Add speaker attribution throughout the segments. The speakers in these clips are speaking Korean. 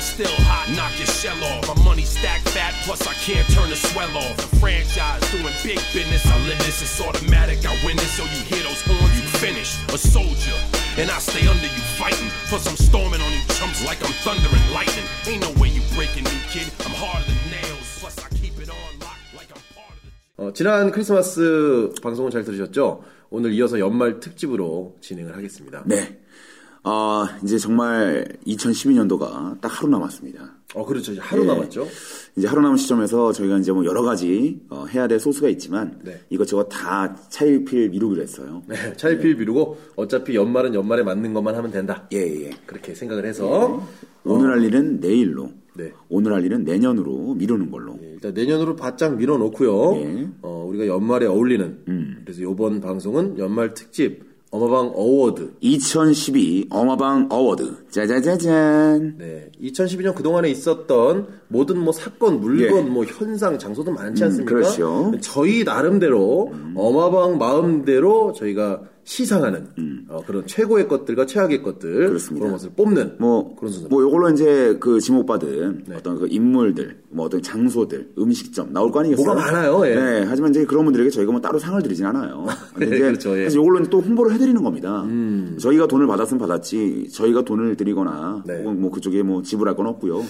Speaker 1: still hot, knock your shell off. My money stacked fat, plus I can't turn the swell off. The franchise doing big business, I live this, it's automatic. I win this, so you hear those horns, you finished. A soldier, and I stay under you fighting. Plus I'm storming on you chumps like I'm thunder and lightning. Ain't no way you breaking me, kid. I'm harder than nails, plus I keep it on lock like I'm part of the.
Speaker 2: 어, 지난 크리스마스 방송을 잘 들으셨죠? 오늘 이어서 연말 특집으로 진행을 하겠습니다.
Speaker 3: 네. 어, 이제 정말 2012년도가 딱 하루 남았습니다.
Speaker 2: 어, 그렇죠. 이제 하루
Speaker 3: 예.
Speaker 2: 남았죠?
Speaker 3: 이제 하루 남은 시점에서 저희가 이제 뭐 여러 가지 어, 해야 될 소스가 있지만
Speaker 2: 네.
Speaker 3: 이것저것 다 차일필 미루기로 했어요.
Speaker 2: 네, 차일피일 미루고 어차피 연말은 연말에 맞는 것만 하면 된다.
Speaker 3: 예, 예.
Speaker 2: 그렇게 생각을 해서
Speaker 3: 오늘 할 일은 내일로,
Speaker 2: 어. 네.
Speaker 3: 오늘 할 일은 내년으로 미루는 걸로.
Speaker 2: 예, 일단 내년으로 바짝 밀어놓고요.
Speaker 3: 예.
Speaker 2: 어, 우리가 연말에 어울리는 그래서 이번 방송은 연말 특집 어마방 어워드
Speaker 3: 2012 어마방 어워드. 짜자자잔.
Speaker 2: 네, 2012년 그동안에 있었던 모든 뭐 사건, 물건,
Speaker 3: 예.
Speaker 2: 뭐 현상, 장소도 많지 않습니까?
Speaker 3: 그렇죠. 음.
Speaker 2: 저희 나름대로 어마방 마음대로 저희가 시상하는 어, 그런 최고의 것들과 최악의 것들
Speaker 3: 음. 그렇습니다.
Speaker 2: 런 것을 뽑는
Speaker 3: 뭐,
Speaker 2: 그런 네. 순서.
Speaker 3: 뭐, 요걸로 이제 그 지목받은 어떤 그 인물들, 뭐 어떤 장소들, 음식점 나올 거 아니겠어요?
Speaker 2: 뭐가 많아요, 예.
Speaker 3: 네. 하지만 이제 그런 분들에게 저희가 뭐 따로 상을 드리진 않아요. 근데 이제
Speaker 2: 그렇죠, 예. 음.
Speaker 3: 사실 요걸로 이제 또 홍보를 해드리는 겁니다. 저희가 돈을 받았으면 받았지, 저희가 돈을 드리거나,
Speaker 2: 네.
Speaker 3: 혹은 뭐 그쪽에 뭐 지불할 건 없고요.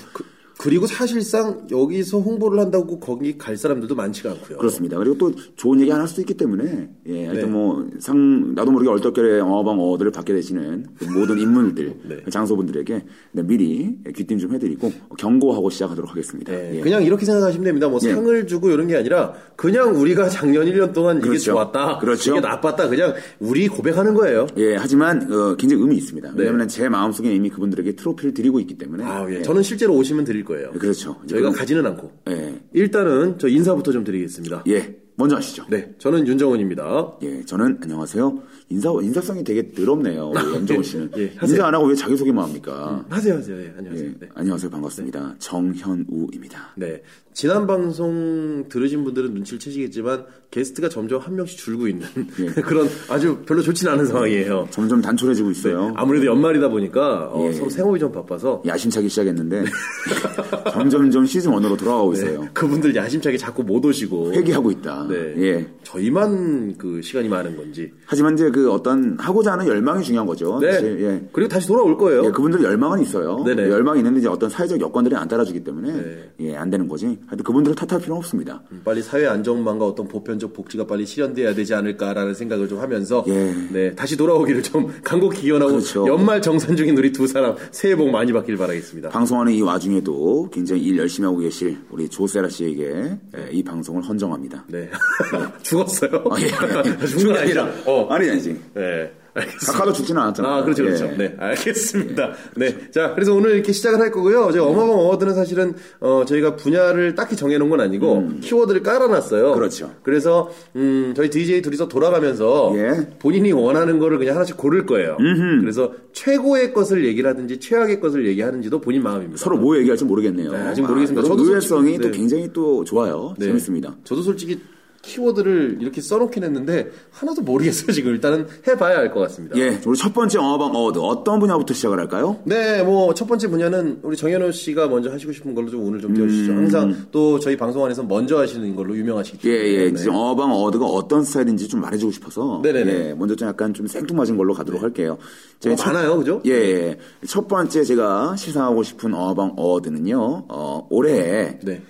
Speaker 2: 그리고 사실상 여기서 홍보를 한다고 거기 갈 사람들도 많지가 않고요.
Speaker 3: 그렇습니다. 그리고 또 좋은 얘기 안 할 수도 있기 때문에, 예, 하여튼
Speaker 2: 어. 네.
Speaker 3: 뭐, 상, 나도 모르게 얼떨결에 어방 어들을 받게 되시는 그 모든 인물들,
Speaker 2: 네.
Speaker 3: 장소분들에게 네, 미리 귀띔 좀 해드리고, 경고하고 시작하도록 하겠습니다.
Speaker 2: 네,
Speaker 3: 예.
Speaker 2: 그냥 이렇게 생각하시면 됩니다. 뭐
Speaker 3: 예.
Speaker 2: 상을 주고 이런 게 아니라 그냥 우리가 작년 1년 동안 이게
Speaker 3: 그렇죠.
Speaker 2: 좋았다,
Speaker 3: 그렇죠.
Speaker 2: 이게 나빴다, 그냥 우리 고백하는 거예요.
Speaker 3: 예, 하지만, 어, 굉장히 의미 있습니다. 왜냐면 제 마음속에 이미 그분들에게 트로피를 드리고 있기 때문에.
Speaker 2: 네. 아, 예. 저는 실제로 오시면 드릴 거예요.
Speaker 3: 그렇죠. 이제
Speaker 2: 저희가
Speaker 3: 그럼-
Speaker 2: 가지는 않고.
Speaker 3: 예.
Speaker 2: 일단은 저 인사부터 좀 드리겠습니다.
Speaker 3: 예. 먼저 하시죠.
Speaker 2: 네, 저는 윤정원입니다.
Speaker 3: 예, 저는 안녕하세요. 인사, 인사성이 되게 더럽네요. 우리 염정호 씨는.
Speaker 2: 예, 하세요.
Speaker 3: 인사 안 하고 왜 자기소개만 뭐 합니까?
Speaker 2: 하세요, 하세요. 예, 안녕하세요.
Speaker 3: 예,
Speaker 2: 네.
Speaker 3: 안녕하세요. 반갑습니다. 정현우입니다.
Speaker 2: 네. 지난 방송 들으신 분들은 눈치를 채시겠지만 게스트가 점점 한 명씩 줄고 있는 그런 아주 별로 좋진 않은 상황이에요.
Speaker 3: 점점 단촐해지고 있어요.
Speaker 2: 네. 아무래도 연말이다 보니까 어,
Speaker 3: 예.
Speaker 2: 서로 생업이 좀 바빠서
Speaker 3: 야심차기
Speaker 2: 네.
Speaker 3: 시작했는데 점점점 시즌 1으로 돌아가고
Speaker 2: 예.
Speaker 3: 있어요.
Speaker 2: 그분들 야심차게 자꾸 못 오시고
Speaker 3: 회귀하고 있다.
Speaker 2: 네.
Speaker 3: 예.
Speaker 2: 저희만 그 시간이 많은 건지.
Speaker 3: 하지만 이제 그 어떤 하고자 하는 열망이 중요한 거죠.
Speaker 2: 네.
Speaker 3: 사실, 예.
Speaker 2: 그리고 다시 돌아올 거예요.
Speaker 3: 예, 그분들 열망은 있어요.
Speaker 2: 네네. 네.
Speaker 3: 열망이 있는데 이제 어떤 사회적 여건들이 안 따라주기 때문에 예, 안 되는 거지. 하여튼 그분들을 탓할 필요는 없습니다.
Speaker 2: 빨리 사회 안정망과 어떤 보편적 복지가 빨리 실현돼야 되지 않을까라는 생각을 좀 하면서
Speaker 3: 예.
Speaker 2: 네 다시 돌아오기를 좀 간곡히 기원하고
Speaker 3: 그렇죠.
Speaker 2: 연말 정산 중인 우리 두 사람 새해 복 많이 받길 바라겠습니다.
Speaker 3: 방송하는 이 와중에도 굉장히 일 열심히 하고 계실 우리 조세라 씨에게 예, 이 방송을 헌정합니다.
Speaker 2: 네 죽었어요.
Speaker 3: 예.
Speaker 2: 죽은 게 아니라 어
Speaker 3: 아니 아니지.
Speaker 2: 네. 알겠습니다.
Speaker 3: 각하도 죽지는 않았잖아요.
Speaker 2: 아, 그렇죠, 그렇죠.
Speaker 3: 예.
Speaker 2: 네, 알겠습니다. 네. 자, 그래서 오늘 이렇게 시작을 할 거고요. 저희 어마방 어워드는 사실은, 어, 저희가 분야를 딱히 정해놓은 건 아니고, 키워드를 깔아놨어요.
Speaker 3: 음. 그렇죠.
Speaker 2: 그래서, 음, 저희 DJ 둘이서 돌아가면서,
Speaker 3: 예.
Speaker 2: 본인이 원하는 거를 그냥 하나씩 고를 거예요. 그래서 최고의 것을 얘기를 하든지, 최악의 것을 얘기하는지도 본인 마음입니다.
Speaker 3: 서로 뭐 얘기할지 모르겠네요.
Speaker 2: 네, 아직 모르겠습니다.
Speaker 3: 아,
Speaker 2: 저도
Speaker 3: 의외성이
Speaker 2: 솔직히-
Speaker 3: 또
Speaker 2: 네.
Speaker 3: 굉장히 또 좋아요.
Speaker 2: 네.
Speaker 3: 재밌습니다.
Speaker 2: 저도 솔직히, 키워드를 이렇게 써놓긴 했는데, 하나도 모르겠어요, 지금. 일단은 해봐야 알 것 같습니다.
Speaker 3: 예, 우리 첫 번째 어방 어워드 어떤 분야부터 시작을 할까요?
Speaker 2: 네, 뭐 첫 번째 분야는 우리 정현호 씨가 먼저 하시고 싶은 걸로 좀 오늘 좀 띄워주시죠. 항상 또 저희 방송 안에서 먼저 하시는 걸로 뭐 유명하시기
Speaker 3: 음. 예,
Speaker 2: 때문에.
Speaker 3: 예. 지금 어방 어워드가 어떤 스타일인지 좀 말해주고 싶어서.
Speaker 2: 네. 네네네.
Speaker 3: 예, 먼저 좀 약간 좀 생뚱맞은 걸로 가도록 할게요.
Speaker 2: 어, 많아요, 그죠?
Speaker 3: 예, 예. 첫 번째 제가 시상하고 싶은 어방 어워드는요, 어, 올해
Speaker 2: 네.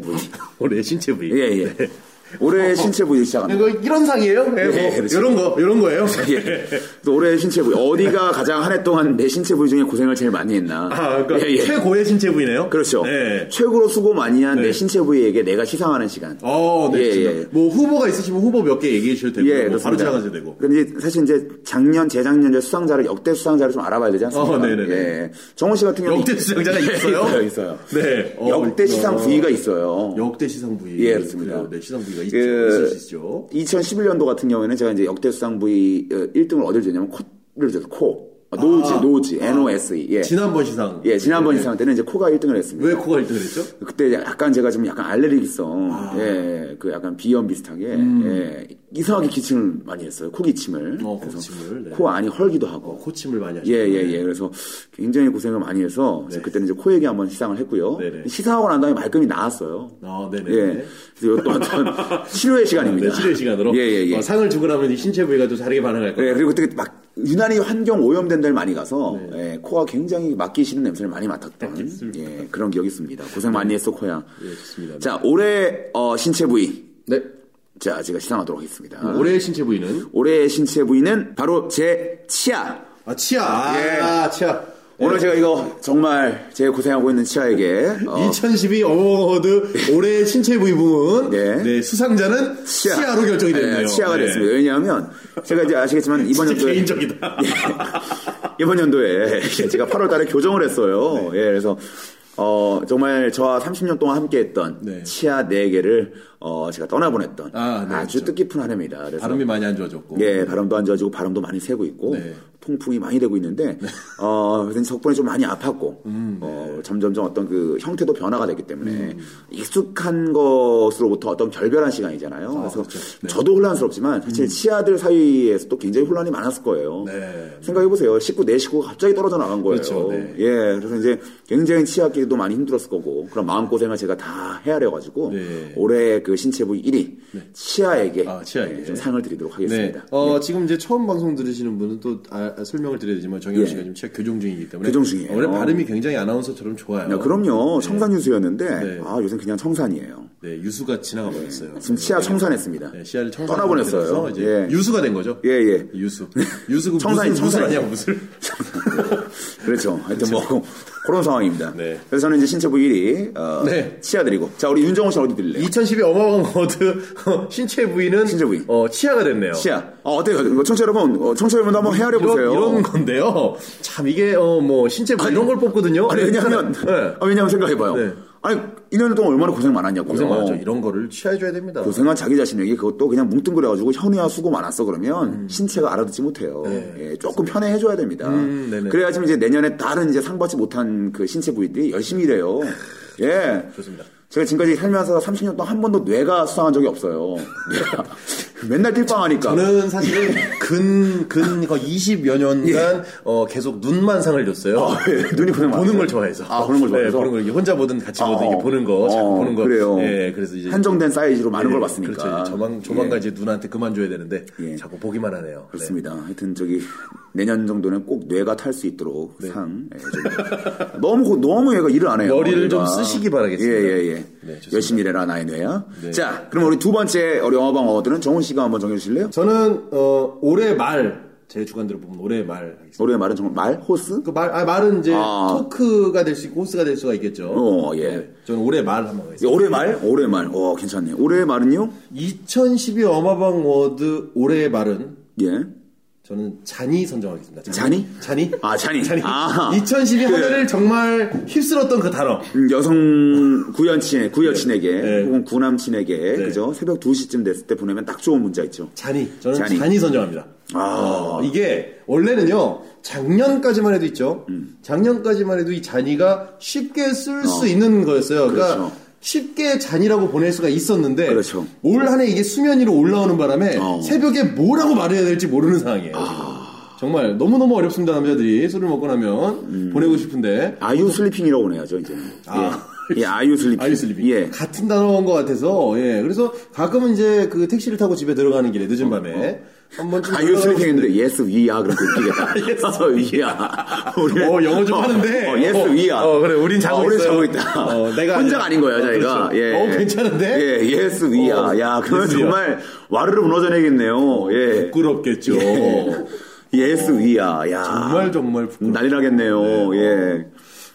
Speaker 3: 부위.
Speaker 2: 올해 신체 뭐 부위. 네, 뭐
Speaker 3: 예, 예. 올해 신체 부위 시작합니다.
Speaker 2: 이거 이런 상이에요? 네,
Speaker 3: 예,
Speaker 2: 뭐
Speaker 3: 그렇죠.
Speaker 2: 이런 거, 이런 거예요.
Speaker 3: 예. 그래서 올해 신체 부위. 어디가 가장 한 해 동안 내 신체 부위 중에 고생을 제일 많이 했나.
Speaker 2: 아, 그러니까
Speaker 3: 예, 예.
Speaker 2: 최고의 신체 부위네요.
Speaker 3: 그렇죠.
Speaker 2: 네.
Speaker 3: 최고로 수고 많이 한 내
Speaker 2: 네.
Speaker 3: 신체 부위에게 내가 시상하는 시간.
Speaker 2: 어, 네.
Speaker 3: 예,
Speaker 2: 진짜.
Speaker 3: 예.
Speaker 2: 뭐 후보가 있으시면 후보 몇 개 얘기해 주셔도 되고, 뭐 바로 지나가셔도 되고.
Speaker 3: 근데 예, 그러니까 이제 사실 이제 작년, 재작년 이제 수상자를 역대 수상자를 좀 알아봐야 되지 않습니까?
Speaker 2: 어, 네네네.
Speaker 3: 예. 정원 씨 같은 경우
Speaker 2: 역대 수상자가 있어요?
Speaker 3: 있어요, 있어요.
Speaker 2: 네. 어,
Speaker 3: 역대 시상
Speaker 2: 어.
Speaker 3: 부위가 있어요.
Speaker 2: 역대 시상 부위.
Speaker 3: 예, 그렇습니다.
Speaker 2: 그래요. 네, 시상 부위가 있,
Speaker 3: 그,
Speaker 2: 있으시죠.
Speaker 3: 어, 2011년도 같은 경우에는 제가 이제 역대 수상 부위 1등을 어딜 줬냐면 코를 줬어요. 코. 아, 노지, 노지, NOSE. 예.
Speaker 2: 지난번 시상. 네.
Speaker 3: 예, 지난번 이상 때는 이제 코가 1등을 했습니다.
Speaker 2: 왜 코가 1등을 했죠?
Speaker 3: 그때 약간 제가 좀 약간 알레르기성,
Speaker 2: 아.
Speaker 3: 예, 그 약간 비염 비슷하게, 예, 이상하게 기침을 많이 했어요. 코 기침을.
Speaker 2: 음. 어,
Speaker 3: 그래서
Speaker 2: 기침을, 네.
Speaker 3: 코 안이 헐기도 하고.
Speaker 2: 코침을 많이 하셨죠. 네.
Speaker 3: 예, 예, 예. 그래서 굉장히 고생을 많이 해서 그래서 그때는 이제 코 얘기 한번 시상을 했고요.
Speaker 2: 네네.
Speaker 3: 시상하고 난 다음에 말끔히 나았어요.
Speaker 2: 아, 네네.
Speaker 3: 예. 그래서 이것도 어떤 치료의 시간입니다.
Speaker 2: 네, 치료 시간으로.
Speaker 3: 예, 예, 예.
Speaker 2: 어, 상을 주고 나면 이 신체 부위가 또 다르게 반응할 거예요.
Speaker 3: 네, 그리고 그때 막 유난히 환경 오염된 데를 많이 가서
Speaker 2: 네.
Speaker 3: 예, 코가 굉장히 맡기 싫은 냄새를 많이 맡았던 예, 그런 기억이 있습니다. 고생 많이 했어 코야.
Speaker 2: 예, 좋습니다.
Speaker 3: 자 올해 어, 신체 부위
Speaker 2: 네.
Speaker 3: 자 제가 시상하도록 하겠습니다.
Speaker 2: 올해의 신체 부위는
Speaker 3: 올해의 신체 부위는 바로 제 치아.
Speaker 2: 아 치아. 아,
Speaker 3: 예.
Speaker 2: 아, 치아.
Speaker 3: 오늘 제가 이거 정말 제 고생하고 있는 치아에게 어,
Speaker 2: 2012 예. 어워드 올해의 신체 부위 부문
Speaker 3: 네.
Speaker 2: 네, 수상자는 치아. 로 결정이 됐네요.
Speaker 3: 예, 치아가
Speaker 2: 네.
Speaker 3: 됐습니다. 왜냐하면 제가 이제 아시겠지만 이번
Speaker 2: 진짜
Speaker 3: 연도에
Speaker 2: 개인적이다.
Speaker 3: 예, 이번 연도에 제가 8월달에 교정을 했어요.
Speaker 2: 네.
Speaker 3: 예, 그래서 어, 정말 저와 30년 동안 함께했던
Speaker 2: 네.
Speaker 3: 치아 4개를 어, 제가 떠나보냈던
Speaker 2: 아,
Speaker 3: 아,
Speaker 2: 네,
Speaker 3: 주 뜻깊은 한 해입니다. 그래서
Speaker 2: 발음이 많이 안 좋아졌고.
Speaker 3: 예, 바람도 안 좋아지고 바람도 많이 새고 있고
Speaker 2: 네.
Speaker 3: 통풍이 많이 되고 있는데 어, 그래서 적분이 좀 많이 아팠고
Speaker 2: 음, 네.
Speaker 3: 어, 점점점 어떤 그 형태도 변화가 됐기 때문에 익숙한 것으로부터 어떤 결별한 시간이잖아요. 그래서
Speaker 2: 그렇죠. 네.
Speaker 3: 저도 혼란스럽지만 사실 치아들 사이에서도 굉장히 혼란이 많았을 거예요.
Speaker 2: 음. 네.
Speaker 3: 생각해 보세요. 식구 네 식구가 갑자기 떨어져 나간 거예요.
Speaker 2: 그렇죠, 네.
Speaker 3: 예, 그래서 이제 굉장히 치아끼리도 많이 힘들었을 거고 그런 마음 고생을 제가 다 헤아려 가지고
Speaker 2: 네.
Speaker 3: 올해 그 신체부 1위 치아에게,
Speaker 2: 아, 치아에게.
Speaker 3: 예, 좀 상을 드리도록
Speaker 2: 네.
Speaker 3: 하겠습니다. 예.
Speaker 2: 어, 지금 이제 처음 방송 들으시는 분은 또 아, 아, 설명을 드려야 되지만 정현
Speaker 3: 예.
Speaker 2: 씨가 지금 치아 교정 중이기 때문에
Speaker 3: 교정 중이에요.
Speaker 2: 원래 발음이 굉장히 아나운서처럼 좋아요.
Speaker 3: 야, 그럼요. 청산 유수였는데
Speaker 2: 어. 네.
Speaker 3: 아 요새 그냥 청산이에요.
Speaker 2: 네, 유수가 지나가 버렸어요.
Speaker 3: 지금 치아 청산했습니다.
Speaker 2: 네, 씨알을 청산
Speaker 3: 떠나보냈어요.
Speaker 2: 이제
Speaker 3: 예.
Speaker 2: 유수가 된 거죠?
Speaker 3: 예, 예.
Speaker 2: 유수. 유수고 그
Speaker 3: 청산이,
Speaker 2: 무술, 무술
Speaker 3: 청산이.
Speaker 2: 아니야, 무술.
Speaker 3: 그렇죠. 하여튼 뭐 그런 상황입니다.
Speaker 2: 네.
Speaker 3: 그래서 저는 이제 신체부 1위 어,
Speaker 2: 네.
Speaker 3: 치아 드리고 자 우리 윤정호 씨 어디 드릴래요?
Speaker 2: 2012 어마어마한 워드 신체 부위는
Speaker 3: 신체 부위.
Speaker 2: 어, 치아가 됐네요.
Speaker 3: 치아. 어, 어때요? 이거 청취자 여러분, 어, 청취자 여러분도 한번 헤아려
Speaker 2: 이런,
Speaker 3: 보세요.
Speaker 2: 이런 건데요. 참 이게 어, 뭐 신체 부위 이런 걸 뽑거든요.
Speaker 3: 아니 왜냐하면
Speaker 2: 네.
Speaker 3: 아, 왜냐하면 생각해봐요.
Speaker 2: 네.
Speaker 3: 아니 2년 동안 얼마나 고생 많았냐고요.
Speaker 2: 고생 많았죠. 이런 거를 취해줘야 됩니다.
Speaker 3: 고생한 자기 자신에게 그것도 그냥 뭉뚱그려가지고 현우야 수고 많았어 그러면
Speaker 2: 음.
Speaker 3: 신체가 알아듣지 못해요. 예, 조금 편해해줘야 됩니다.
Speaker 2: 네, 음, 네네.
Speaker 3: 그래야지 이제 내년에 다른 이제 상 받지 못한 그 신체 부위들이 열심히 일해요. 예.
Speaker 2: 아, 좋습니다.
Speaker 3: 제가 지금까지 살면서 30년 동안 한 번도 뇌가 수상한 적이 없어요. 뇌가. 맨날 띨빵하니까.
Speaker 2: 저는 사실은 근, 근 거의 20여 년간 어, 계속 눈만 상을 줬어요.
Speaker 3: 예, 눈이 고생 많았어요.
Speaker 2: 보는 걸 좋아해서.
Speaker 3: 아, 보는 걸 좋아해서.
Speaker 2: 네, 보는 걸 이렇게 혼자 보든 같이 보든
Speaker 3: 어,
Speaker 2: 이게 보는 거, 자꾸
Speaker 3: 어,
Speaker 2: 보는 거.
Speaker 3: 그래요.
Speaker 2: 예, 그래서 이제.
Speaker 3: 한정된 사이즈로 많은
Speaker 2: 예,
Speaker 3: 걸 봤으니까.
Speaker 2: 그렇죠. 이제 조만, 조만간 이제 누나한테 그만줘야 되는데
Speaker 3: 예.
Speaker 2: 자꾸 보기만 하네요. 네.
Speaker 3: 그렇습니다. 하여튼 저기 내년 정도는 꼭 뇌가 탈 수 있도록 상. 예, 좀. 너무 고- 너무 얘가 일을 안 해요.
Speaker 2: 네. 머리를
Speaker 3: 얘가.
Speaker 2: 좀 쓰시기 바라겠습니다. 네,
Speaker 3: 예, 예, 예.
Speaker 2: 좋습니다. 네.
Speaker 3: 열심히 일해라 나의 뇌야. 자, 그럼 우리 두 번째 우리 영화방 어워드는 정훈 씨가 한번 정해 주실래요?
Speaker 2: 네. 저는, 어, 올해 말, 제 주관대로 보면 올해 말 하겠습니다.
Speaker 3: 우리의 말은 정말 말 호스?
Speaker 2: 그 말, 아, 말은 이제
Speaker 3: 아.
Speaker 2: 토크가 될 수 있고 호스가 될 수가 있겠죠.
Speaker 3: 어, 예.
Speaker 2: 네, 저는 올해 말 한번 하겠습니다.
Speaker 3: 올해 말? 올해 말. 어, 괜찮네. 올해 말은요?
Speaker 2: 2012 어마방 워드 올해의 말은
Speaker 3: 예.
Speaker 2: 저는 잔이 선정하겠습니다.
Speaker 3: 잔이?
Speaker 2: 잔이?
Speaker 3: 아, 잔이. 아하.
Speaker 2: 2012
Speaker 3: 그-
Speaker 2: 하늘을 정말 휩쓸었던 그 단어.
Speaker 3: 음, 여성 구연친, 구여친에게
Speaker 2: 네.
Speaker 3: 혹은 구남친에게 그죠? 새벽 2시쯤 됐을 때 보내면 딱 좋은 문자 있죠.
Speaker 2: 잔이. 저는 잔이,
Speaker 3: 잔이.
Speaker 2: 선정합니다.
Speaker 3: 아.
Speaker 2: 어, 이게 원래는요. 작년까지만 해도 있죠. 작년까지만 해도 이 잔이가 쉽게 쓸 수
Speaker 3: 음. 어.
Speaker 2: 있는 거였어요. 그러니까
Speaker 3: 그렇죠.
Speaker 2: 쉽게 잔이라고 보낼 수가 있었는데
Speaker 3: 그렇죠.
Speaker 2: 올 한 해 이게 수면 위로 올라오는 바람에
Speaker 3: 어. 아.
Speaker 2: 새벽에 뭐라고 말해야 될지 모르는 상황이에요. 지금. 정말 너무너무 어렵습니다. 남자들이 술을 먹고 나면
Speaker 3: 음.
Speaker 2: 보내고 싶은데
Speaker 3: 아유 슬리핑이라고 보내야죠, 이제.
Speaker 2: 아.
Speaker 3: 예. 예, 아유 슬리핑.
Speaker 2: 아이슬리빙
Speaker 3: 예.
Speaker 2: 같은 단어인 것 같아서 예 그래서 가끔은 이제 그 택시를 타고 집에 들어가는 길에 늦은 밤에 한번 좀
Speaker 3: 아유
Speaker 2: 올라가고
Speaker 3: 슬리핑 했는데 yes we are 그렇게 웃기겠다. yes we are. 우리
Speaker 2: 어, 영어 좀 하는데.
Speaker 3: 어, yes
Speaker 2: 어,
Speaker 3: we are.
Speaker 2: 어, 그래, 우린 자고
Speaker 3: 어, 우린
Speaker 2: 있어요.
Speaker 3: 자고 있다.
Speaker 2: 어, 내가 아니라.
Speaker 3: 혼자가 아닌 거예요,
Speaker 2: 어,
Speaker 3: 저희가.
Speaker 2: 그렇죠.
Speaker 3: 예.
Speaker 2: 어, 괜찮은데?
Speaker 3: 예, yes we
Speaker 2: 어,
Speaker 3: are. 야, 그러면
Speaker 2: yes, we are.
Speaker 3: 정말 와르르 무너져 내겠네요. 예.
Speaker 2: 부끄럽겠죠
Speaker 3: yes we are. 야.
Speaker 2: 정말 정말 부끄럽
Speaker 3: 난리 나겠네요. 예.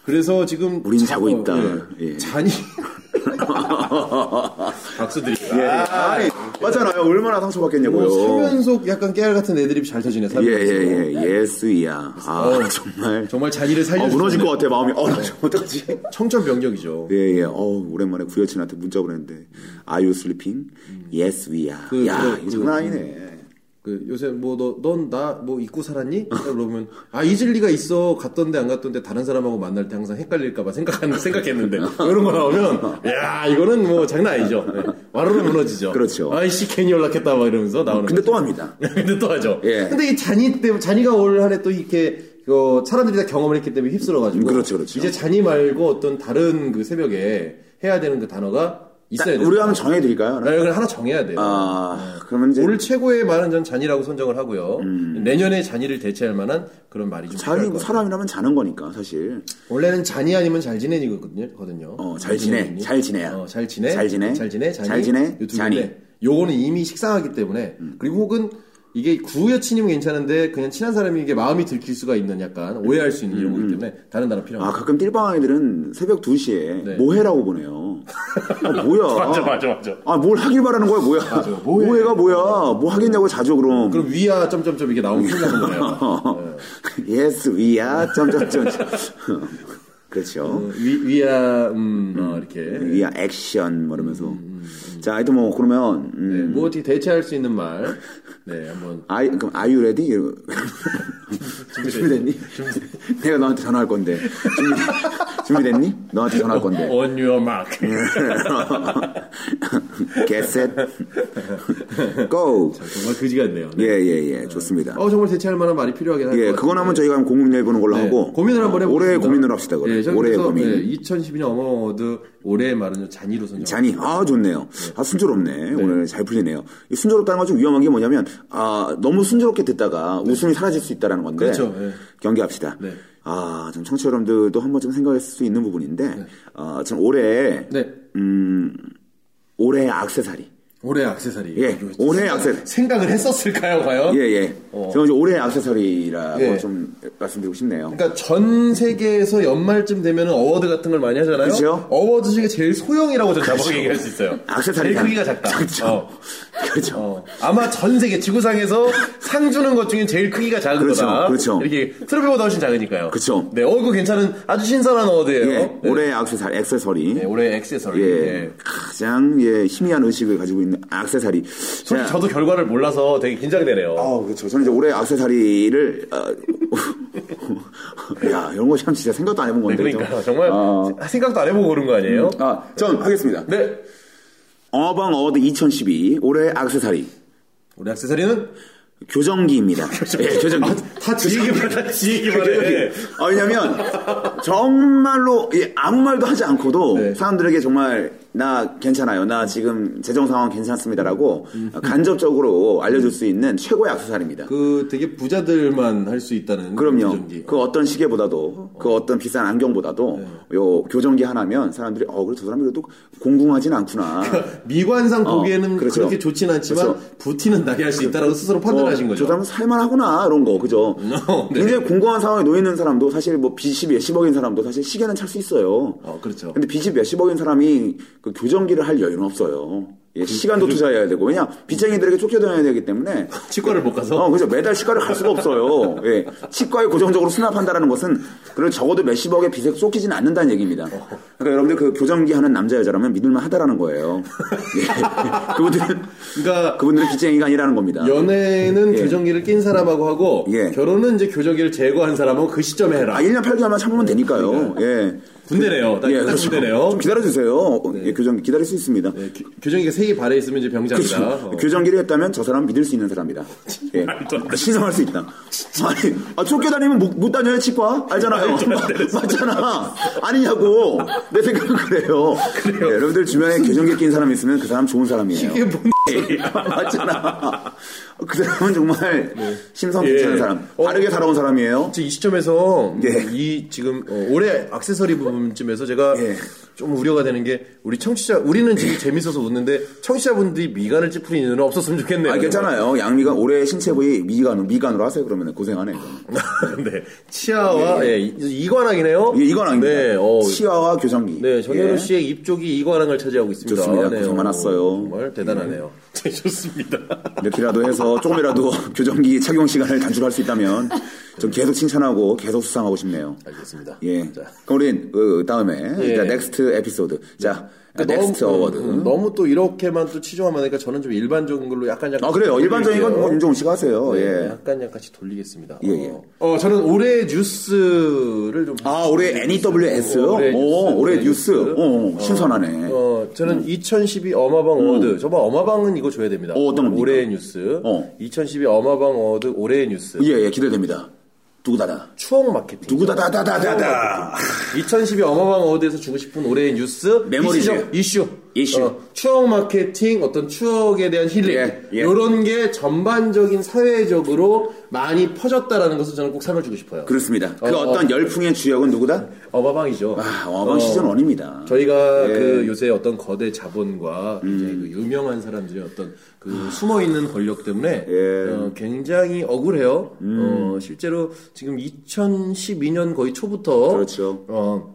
Speaker 2: 그래서 지금
Speaker 3: 우린 자고
Speaker 2: 어,
Speaker 3: 있다.
Speaker 2: 예.
Speaker 3: 예.
Speaker 2: 잔이 박수 드립니다
Speaker 3: 아, 예. 아, 니 맞잖아요. 얼마나 상처받겠냐고요.
Speaker 2: 뭐 수면속 약간 깨알 같은 애드립이 잘 터지네
Speaker 3: 예,
Speaker 2: 삶에 있어서.
Speaker 3: 예, 예. yes we are. 아,
Speaker 2: 어,
Speaker 3: 정말.
Speaker 2: 정말 네. 잔이를 살려
Speaker 3: 어, 무너질 것 같아, 마음이. 어, 나좀 어떡하지?
Speaker 2: 청천벽력이죠
Speaker 3: 예, 예. 어우, 오랜만에 구여친한테 문자 보냈는데, Are you sleeping? Yes, we are.
Speaker 2: 음. 그,
Speaker 3: 야,
Speaker 2: 그,
Speaker 3: 이거 장난 아니네.
Speaker 2: 그 요새 뭐 너 넌 나 뭐 잊고 살았니? 그러면 아 잊을 리가 있어 갔던데 안 갔던데 다른 사람하고 만날 때 항상 헷갈릴까봐 생각하는 생각했는데 이런 거 나오면 야 이거는 뭐 장난 아니죠 네. 와르르 무너지죠.
Speaker 3: 그렇죠.
Speaker 2: 아이씨 괜히 연락했다 막 이러면서 나오는.
Speaker 3: 근데
Speaker 2: 거죠.
Speaker 3: 또 합니다.
Speaker 2: 근데 또 하죠.
Speaker 3: 예.
Speaker 2: 근데 이 잔이 때문에 잔이가 올 한해 또 이렇게 그 사람들이 다 경험을 했기 때문에 휩쓸어가지고
Speaker 3: 음, 그렇죠, 그렇죠.
Speaker 2: 이제 잔이 말고 어떤 다른 그 새벽에 해야 되는 그 단어가 있어야 돼요.
Speaker 3: 우리 한번 정해드릴까요?
Speaker 2: 네, 그걸 하나 정해야 돼요.
Speaker 3: 아, 그러면 이제
Speaker 2: 올 최고의 말은 전 잔이라고 선정을 하고요.
Speaker 3: 음.
Speaker 2: 내년에 잔이를 대체할 만한 그런 말이 좀 필요할
Speaker 3: 자기
Speaker 2: 것 같아요.
Speaker 3: 사람이라면 뭐 자는 거니까 사실.
Speaker 2: 원래는 잔이 아니면 잘 지내거든요.
Speaker 3: 어, 잘 지내, 잘 지내야.
Speaker 2: 어, 잘 지내.
Speaker 3: 잘 지내,
Speaker 2: 잘 지내. 잔이.
Speaker 3: 잘 지내,
Speaker 2: 요두
Speaker 3: 잔이. 음.
Speaker 2: 개인데 요거는 이미 식상하기 때문에 그리고 혹은 이게 구여친이면 괜찮은데 그냥 친한 사람이 이게 마음이 들킬 수가 있는 약간 오해할 수 있는 용어이기 때문에 다른 단어 필요
Speaker 3: 음, 아,
Speaker 2: 없어요.
Speaker 3: 가끔 띨방 아이들은 새벽 2시에
Speaker 2: 네.
Speaker 3: 뭐해라고 보내요. 아, 뭐야.
Speaker 2: 맞아, 맞아, 맞아.
Speaker 3: 아, 뭘 하길 바라는 거야, 뭐야.
Speaker 2: 뭐해.
Speaker 3: 뭐해. 가 뭐야. 뭐 하겠냐고 자주 그럼.
Speaker 2: 그럼 위아 점점점 이게 나오는 순간 거예요.
Speaker 3: 어. 예스, 위야, 점점점. 그렇죠.
Speaker 2: 위 위아 음 어, 이렇게
Speaker 3: 위야, 액션, 뭐 이러면서. 자, 하여튼 뭐, 그러면, 음,
Speaker 2: 네, 뭐 어떻게 대체할 수 있는 말. 네, 한번
Speaker 3: 아이, 그럼 are you ready? 이러- 준비됐니? 내가 너한테 전화할 건데. 준비, 준비됐니? 너한테 전화할 건데.
Speaker 2: on your mark. 네,
Speaker 3: Get set. Go.
Speaker 2: 정말 그지 같네요. 네.
Speaker 3: 예, 예, 예. 좋습니다.
Speaker 2: 어 정말 대체할 만한 말이 필요하긴 할것
Speaker 3: 예,
Speaker 2: 같아요.
Speaker 3: 그건 한번 저희가 한번 고민을 해보는 걸로 하고.
Speaker 2: 네, 고민을 한번 해보겠습니다.
Speaker 3: 올해 고민을 합시다, 그럼.
Speaker 2: 예, 저는
Speaker 3: 올해
Speaker 2: 그래서,
Speaker 3: 고민.
Speaker 2: 예, 2012년 어머워드 올해의 말은 좀 잔이로 선정.
Speaker 3: 잔이, 아, 좋네요. 아, 순조롭네. 오늘 잘 풀리네요. 이 순조롭다는 건 좀 위험한 게 뭐냐면, 아, 너무 순조롭게 듣다가 웃음이 사라질 수 있다는 라 건데.
Speaker 2: 네. 그렇죠, 예.
Speaker 3: 경계합시다.
Speaker 2: 네.
Speaker 3: 아, 좀 청취자 여러분들도 한 번쯤 생각했을 수 있는 부분인데, 아, 참 올해,
Speaker 2: 네,
Speaker 3: 올해 악세사리.
Speaker 2: 올해 악세사리.
Speaker 3: 예, 올해 악세사리.
Speaker 2: 생각을 했었을까요, 과연?
Speaker 3: 예, 예. 저는 이제 올해 악세사리라고
Speaker 2: 어? 예.
Speaker 3: 좀 말씀드리고 싶네요.
Speaker 2: 그러니까 전 세계에서 연말쯤 되면 어워드 같은 걸 많이 하잖아요.
Speaker 3: 그죠?
Speaker 2: 어워드 중에 제일 소형이라고 저는 자막 얘기할 수 있어요.
Speaker 3: 악세사리가.
Speaker 2: 제일 크기가 작다.
Speaker 3: 그렇죠.
Speaker 2: 어.
Speaker 3: 그렇죠.
Speaker 2: 어, 아마 전 세계 지구상에서 상 주는 것 중에 제일 크기가 작은
Speaker 3: 그렇죠,
Speaker 2: 거다.
Speaker 3: 그렇죠.
Speaker 2: 이렇게 트로피보다 훨씬 작으니까요.
Speaker 3: 그렇죠.
Speaker 2: 네, 어 이거 괜찮은 아주 신선한 어워드예요.
Speaker 3: 예,
Speaker 2: 네.
Speaker 3: 올해 악세사리, 액세서리.
Speaker 2: 네, 올해 액세서리.
Speaker 3: 예,
Speaker 2: 예.
Speaker 3: 가장 예 희미한 의식을 가지고 있는 악세사리.
Speaker 2: 솔직히 저도 결과를 몰라서 되게 긴장되네요.
Speaker 3: 아, 그렇죠. 저는 이제 올해 악세사리를 어, 야 이런 거 참 진짜 생각도 안 해본
Speaker 2: 네,
Speaker 3: 건데.
Speaker 2: 그러니까
Speaker 3: 그죠?
Speaker 2: 정말
Speaker 3: 아,
Speaker 2: 생각도 안 해보고 그런 거 음. 아니에요?
Speaker 3: 아, 전 하겠습니다.
Speaker 2: 네.
Speaker 3: 어방 어워드 2012 올해 악세사리
Speaker 2: 우리 액세서리는
Speaker 3: 교정기입니다. 예, 교정기.
Speaker 2: 다 지기만 다 지기만 해.
Speaker 3: 아, 왜냐면, 정말로, 예, 아무 말도 하지 않고도,
Speaker 2: 네.
Speaker 3: 사람들에게 정말, 나 괜찮아요. 나 지금 재정 상황 괜찮습니다라고,
Speaker 2: 음.
Speaker 3: 간접적으로 알려줄 수 있는 최고의 악세사리입니다. 그,
Speaker 2: 그 되게 부자들만 할 수 있다는
Speaker 3: 럼요
Speaker 2: 교정기. 네.
Speaker 3: 그 어떤 시계보다도, 그 어떤 비싼 안경보다도, 요 교정기 하나면 사람들이, 어, 그래, 저 사람 그래도 공공하진 않구나.
Speaker 2: 그러니까 미관상
Speaker 3: 어,
Speaker 2: 보기에는
Speaker 3: 그렇죠.
Speaker 2: 그렇게 좋진 않지만
Speaker 3: 그렇죠.
Speaker 2: 부티는 나게 할 수 있다라고 스스로 판단하신
Speaker 3: 어,
Speaker 2: 거죠.
Speaker 3: 저 사람은 살만하구나 이런 거 그죠.
Speaker 2: 네.
Speaker 3: 굉장히 공공한 상황에 놓여 있는 사람도 사실 뭐 빚이 몇십억인 사람도 사실 시계는 찰 수 있어요.
Speaker 2: 어, 그렇죠.
Speaker 3: 근데 빚이 몇십억인 사람이 그 교정기를 할 여유는 없어요. 예,
Speaker 2: 그
Speaker 3: 시간도 투자해야 되고 왜냐 빚쟁이들에게 쫓겨다녀야 되기 때문에
Speaker 2: 치과를 못 가서
Speaker 3: 어, 그죠. 매달 치과를 갈 수가 없어요. 예. 치과에 고정적으로 수납한다는 것은, 그래도 적어도 몇십억의 빚에 쫓기진 않는다는 얘기입니다. 그러니까 여러분들 그 교정기 하는 남자, 여자라면 믿을만 하다라는 거예요. 예. 그분들은,
Speaker 2: 그러니까 예.
Speaker 3: 그분들은 빚쟁이가 아니라는 겁니다.
Speaker 2: 연애는 교정기를 낀 사람하고 하고
Speaker 3: 예.
Speaker 2: 결혼은 이제 교정기를 제거한 사람하고 그 시점에 해라.
Speaker 3: 아, 1년 8개월만 참으면
Speaker 2: 네.
Speaker 3: 되니까요. 예.
Speaker 2: 군대네요. 딱,
Speaker 3: 예,
Speaker 2: 딱
Speaker 3: 그렇죠.
Speaker 2: 군대네요.
Speaker 3: 좀 기다려주세요. 어, 예, 교정기 기다릴 수 있습니다.
Speaker 2: 네, 교- 교정기가 색이 발에 있으면 이제 병자입니다.
Speaker 3: 그렇죠.
Speaker 2: 어.
Speaker 3: 교정기를 했다면 저 사람은 믿을 수 있는 사람이다. 예. 신성할 수 있다. 아니, 아, 쫓겨다니면 못, 못 다녀요, 치과?
Speaker 2: 네,
Speaker 3: 알잖아요. 어, 맞잖아. 아니냐고. 내 생각은 그래요. 예, 여러분들 주변에 교정기 낀 사람 있으면 그 사람 좋은 사람이에요.
Speaker 2: 이게 뭔
Speaker 3: 맞잖아. 그 사람은 정말 심성 괜찮은
Speaker 2: 예.
Speaker 3: 사람.
Speaker 2: 어.
Speaker 3: 바르게 살아온 사람이에요.
Speaker 2: 이제 이 시점에서
Speaker 3: 예.
Speaker 2: 이 지금 어, 올해 액세서리 부분쯤에서 제가
Speaker 3: 예.
Speaker 2: 좀 우려가 되는 게 우리 청취자 우리는 지금 재밌어서 웃는데 청취자분들이 미간을 찌푸리는 일은 없었으면 좋겠네요.
Speaker 3: 아, 괜찮아요. 양미가 올해 신체 부위 미간으로, 미간으로 하세요. 그러면 고생하네. 이거는.
Speaker 2: 네. 치아와 예, 이- 이관왕이네요.
Speaker 3: 예, 이건 아닙니다.
Speaker 2: 네. 어,
Speaker 3: 치아와 교정기.
Speaker 2: 네, 정현우
Speaker 3: 예.
Speaker 2: 씨의 입 쪽이 이관왕을 차지하고 있습니다.
Speaker 3: 좋습니다.
Speaker 2: 네,
Speaker 3: 고생
Speaker 2: 어,
Speaker 3: 많았어요. 예.
Speaker 2: 정말 대단하네요. 네, 좋습니다.
Speaker 3: 이렇게라도 해서 조금이라도 교정기 착용 시간을 단축할 수 있다면 좀 계속 칭찬하고 계속 수상하고 싶네요.
Speaker 2: 알겠습니다.
Speaker 3: 예.
Speaker 2: 자.
Speaker 3: 그럼 우린 그 다음에
Speaker 2: 예.
Speaker 3: 자, 넥스트 에피소드. 자,
Speaker 2: 그러니까
Speaker 3: 넥스트
Speaker 2: 너무,
Speaker 3: 어워드.
Speaker 2: 음, 너무 또 이렇게만 또 치중하면 되니까 저는 좀 일반적인 걸로 약간 약간.
Speaker 3: 아 그래요. 일반적인 건 뭐
Speaker 2: 돌릴게요.
Speaker 3: 윤종훈 씨가 하세요.
Speaker 2: 네,
Speaker 3: 예.
Speaker 2: 약간 약간씩 돌리겠습니다.
Speaker 3: 예, 예.
Speaker 2: 어, 어, 저는 올해 뉴스를 좀.
Speaker 3: 아 올해 NEWS요?
Speaker 2: 어, 올해
Speaker 3: 오
Speaker 2: 뉴스,
Speaker 3: 올해
Speaker 2: 올해
Speaker 3: 뉴스.
Speaker 2: 뉴스.
Speaker 3: 어, 신선하네.
Speaker 2: 어, 저는 2012 어마방 어워드. 저번 어마방은 이거 줘야 됩니다.
Speaker 3: 음. 어, 어떤 겁니까?
Speaker 2: 올해의 뉴스.
Speaker 3: 어.
Speaker 2: 2012 어마방 어워드 올해의 뉴스.
Speaker 3: 예예 기대됩니다. 누구다다.
Speaker 2: 추억 마케팅.
Speaker 3: 누구다다다다다다.
Speaker 2: 어. 2012 어마방 어워드에서 주고 싶은 올해의 뉴스.
Speaker 3: 메모리즈.
Speaker 2: 이슈죠. 이슈.
Speaker 3: 이슈.
Speaker 2: 어, 추억 마케팅, 어떤 추억에 대한 힐링.
Speaker 3: 예, 예.
Speaker 2: 이런 게 전반적인 사회적으로 많이 퍼졌다라는 것을 저는 꼭 상을 주고 싶어요.
Speaker 3: 그렇습니다. 그
Speaker 2: 어,
Speaker 3: 어, 떤 열풍의 주역은 누구다?
Speaker 2: 어마방이죠.
Speaker 3: 아 어방 시즌 원입니다
Speaker 2: 저희가
Speaker 3: 예.
Speaker 2: 그 요새 어떤 거대 자본과
Speaker 3: 음.
Speaker 2: 굉장히 그 유명한 사람들의 어떤 그 숨어 있는 권력 때문에
Speaker 3: 예.
Speaker 2: 어, 굉장히 억울해요.
Speaker 3: 음.
Speaker 2: 어, 실제로 지금 2012년 거의 초부터
Speaker 3: 그렇죠.
Speaker 2: 어,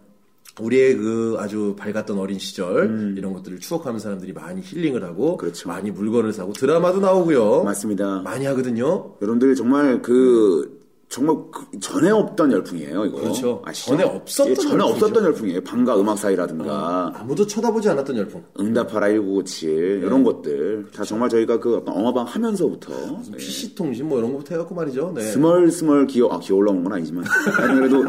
Speaker 2: 우리의 그 아주 밝았던 어린 시절 이런 것들을 추억하는 사람들이 많이 힐링을 하고
Speaker 3: 음. 그렇죠.
Speaker 2: 많이 물건을 사고 드라마도 나오고요.
Speaker 3: 맞습니다.
Speaker 2: 많이 하거든요.
Speaker 3: 여러분들 정말 그 정말 그 전에 없던 열풍이에요 이거.
Speaker 2: 그렇죠.
Speaker 3: 아시죠?
Speaker 2: 전에 없었던
Speaker 3: 예, 전에
Speaker 2: 열풍이죠.
Speaker 3: 없었던 열풍이에요. 방과 음악 사이라든가
Speaker 2: 아무도 쳐다보지 않았던 열풍.
Speaker 3: 응답하라
Speaker 2: 네.
Speaker 3: 1957 이런 것들
Speaker 2: 그렇죠.
Speaker 3: 다 정말 저희가 그 어떤 어마방 하면서부터 예.
Speaker 2: PC 통신 뭐 이런 거부터 해갖고 말이죠. 네.
Speaker 3: 스멀 스멀 기어 아 기어 올라온 건 아니지만 하여튼 그래도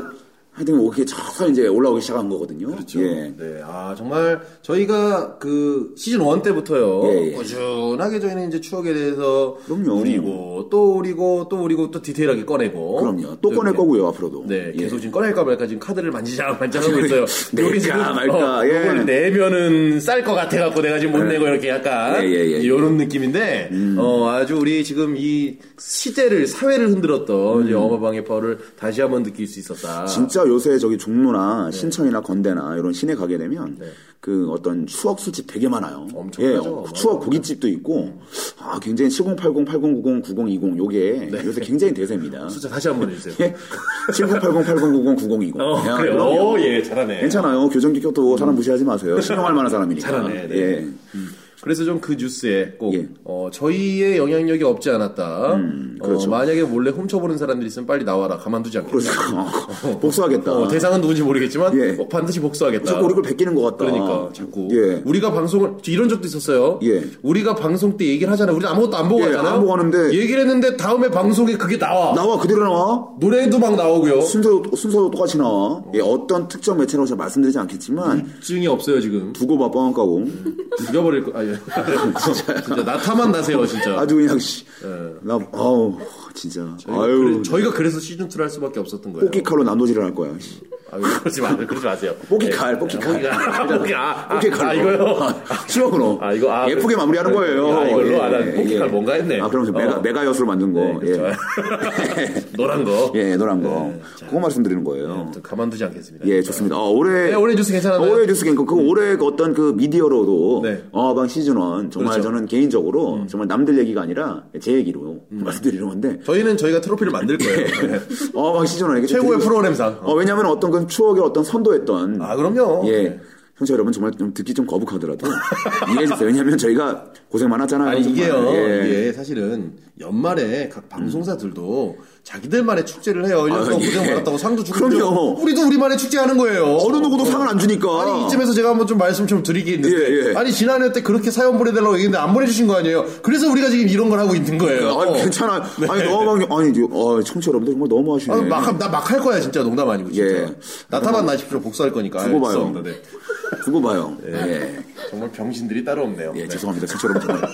Speaker 3: 하여튼 오게 쳐서 이제 올라오기 시작한 거거든요.
Speaker 2: 그렇죠.
Speaker 3: 예.
Speaker 2: 네, 아 정말 저희가 그 시즌 1 때부터요
Speaker 3: 예, 예.
Speaker 2: 꾸준하게 저희는 이제 추억에 대해서
Speaker 3: 그럼요.
Speaker 2: 우리고 또 우리고 또 우리고 또 디테일하게 꺼내고
Speaker 3: 그럼요. 또 꺼낼 거고요 앞으로도.
Speaker 2: 네,
Speaker 3: 예.
Speaker 2: 계속 지금 꺼낼까 말까 지금 카드를 만지작 만지작하고 있어요.
Speaker 3: 낼까
Speaker 2: 요게 지금,
Speaker 3: 말까,
Speaker 2: 어,
Speaker 3: 예.
Speaker 2: 요걸 내면은 쌀 것 같아갖고 내가 지금 못 내고 이렇게 약간
Speaker 3: 예, 예, 음. 예, 예.
Speaker 2: 이런 느낌인데 어, 아주 우리 지금 이 시대를 사회를 흔들었던 이제 어마방의 파워를 다시 한번 느낄 수 있었다.
Speaker 3: 음. 진짜 요새 저기 종로나
Speaker 2: 네.
Speaker 3: 신천이나 건대나 이런 시내 가게 되면 그 어떤 추억 술집 되게 많아요.
Speaker 2: 엄청나죠.
Speaker 3: 예, 어, 추억 고깃집도 있고 아 굉장히 7080, 8090, 9020 요게
Speaker 2: 네.
Speaker 3: 요새 굉장히 대세입니다.
Speaker 2: 숫자 다시 한번 해주세요.
Speaker 3: 예? 7080, 8090, 9020.
Speaker 2: 어,
Speaker 3: 야,
Speaker 2: 그래요.
Speaker 3: 그럼요.
Speaker 2: 오, 예, 잘하네.
Speaker 3: 괜찮아요. 교정기 껴도 사람 무시하지 마세요. 신용할 만한 사람이니까.
Speaker 2: 잘하네, 네.
Speaker 3: 예.
Speaker 2: 그래서 좀 그 뉴스에 꼭
Speaker 3: 예.
Speaker 2: 어, 저희의 영향력이 없지 않았다.
Speaker 3: 그렇죠.
Speaker 2: 어, 만약에 몰래 훔쳐보는 사람들이 있으면 빨리 나와라. 가만두지 않겠다.
Speaker 3: 그래서 복수하겠다.
Speaker 2: 어, 대상은 누군지 모르겠지만
Speaker 3: 예.
Speaker 2: 어, 반드시 복수하겠다.
Speaker 3: 자꾸 우리 걸 베끼는 것 같다.
Speaker 2: 그러니까 자꾸
Speaker 3: 예.
Speaker 2: 우리가 방송을 저 이런 적도 있었어요.
Speaker 3: 예.
Speaker 2: 우리가 방송 때 얘기를 하잖아요. 우리 아무것도 안 보고
Speaker 3: 예,
Speaker 2: 하잖아요.
Speaker 3: 안 보고 하는데.
Speaker 2: 얘기를 했는데 다음에 방송에 그게 나와.
Speaker 3: 나와 그대로 나와.
Speaker 2: 노래도 막 나오고요.
Speaker 3: 순서 순서도 똑같이 나와. 예, 어떤 특정 매체라고 제가 말씀드리지 않겠지만
Speaker 2: 증이 없어요 지금.
Speaker 3: 두고 봐 뻥한 까고
Speaker 2: 죽여버릴 거. 아, 예. 진짜, 나타만 나세요 진짜.
Speaker 3: 아주 그냥 씨. 나 아우 진짜. 아유.
Speaker 2: 그래- 예. 저희가 그래서 시즌 2를 할 수밖에 없었던 거예요.
Speaker 3: 뽑기칼로 난도질을 할 거야. 씨.
Speaker 2: 아, 그러지 마, 그러지 마세요.
Speaker 3: 뽑기칼,
Speaker 2: 네.
Speaker 3: 뽑기칼.
Speaker 2: 아, 뽑기칼. 아, 아,
Speaker 3: 뽑기칼로.
Speaker 2: 아, 이거요?
Speaker 3: 아, 추억으로.
Speaker 2: 아, 이거, 아,
Speaker 3: 예쁘게
Speaker 2: 그래.
Speaker 3: 마무리하는 거예요.
Speaker 2: 아, 이걸로? 아, 난 뽑기칼 뭔가 했네.
Speaker 3: 아, 그럼 저 메가,
Speaker 2: 어.
Speaker 3: 메가 엿으로 만든 거.
Speaker 2: 네,
Speaker 3: 예.
Speaker 2: 노란 거.
Speaker 3: 예, 노란 거.
Speaker 2: 네,
Speaker 3: 그거 말씀드리는 거예요.
Speaker 2: 아무튼 가만두지 않겠습니다.
Speaker 3: 예, 좋습니다. 어, 올해
Speaker 2: 네, 올해 뉴스 괜찮았나요?
Speaker 3: 올해 뉴스 괜찮고 그 올해 그 어떤 그 미디어로도
Speaker 2: 네.
Speaker 3: 어방 시즌 1 정말
Speaker 2: 그렇죠.
Speaker 3: 저는 개인적으로 정말 남들 얘기가 아니라 제 얘기로
Speaker 2: 음.
Speaker 3: 말씀드리는 건데
Speaker 2: 저희는 저희가 트로피를 만들 거예요. 네.
Speaker 3: 어방 시즌 1에게
Speaker 2: 최고의 프로그램상.
Speaker 3: 어, 왜냐하면 어떤 그 추억의 어떤 선도했던
Speaker 2: 아, 그럼요.
Speaker 3: 예.
Speaker 2: 네.
Speaker 3: 형제 여러분 정말 좀 듣기 좀 거북하더라도 이해해 주세요. 왜냐하면 저희가 고생 많았잖아요.
Speaker 2: 아니,
Speaker 3: 정말.
Speaker 2: 이게요.
Speaker 3: 예.
Speaker 2: 이게 사실은 연말에 각 방송사들도 자기들만의 축제를 해요. 1년 동안
Speaker 3: 아, 예.
Speaker 2: 고생 많았다고 상도 주고.
Speaker 3: 그럼요.
Speaker 2: 우리도 우리만의 축제하는 거예요.
Speaker 3: 어느 누구도 상을 안 주니까.
Speaker 2: 아니 이쯤에서 제가 한번 좀 말씀 좀 드리긴 했는데
Speaker 3: 예, 예.
Speaker 2: 아니 지난해 때 그렇게 사연 보내달라고 얘기했는데 안 보내주신 거 아니에요 그래서 우리가 지금 이런 걸 하고 있는 거예요
Speaker 3: 아니, 괜찮아요. 아니, 너무 막, 아니, 어, 청취자 여러분들 정말 너무 하시네.
Speaker 2: 네. 아, 나막 할 거야 진짜 농담 아니고 진짜
Speaker 3: 예.
Speaker 2: 나타만 나십시오 복수할 거니까
Speaker 3: 두고
Speaker 2: 아,
Speaker 3: 봐요.
Speaker 2: 죄송합니다. 네.
Speaker 3: 그거 봐요. 예.
Speaker 2: 정말 병신들이 따로 없네요
Speaker 3: 예,
Speaker 2: 네.
Speaker 3: 죄송합니다. 청취자 여러분 정말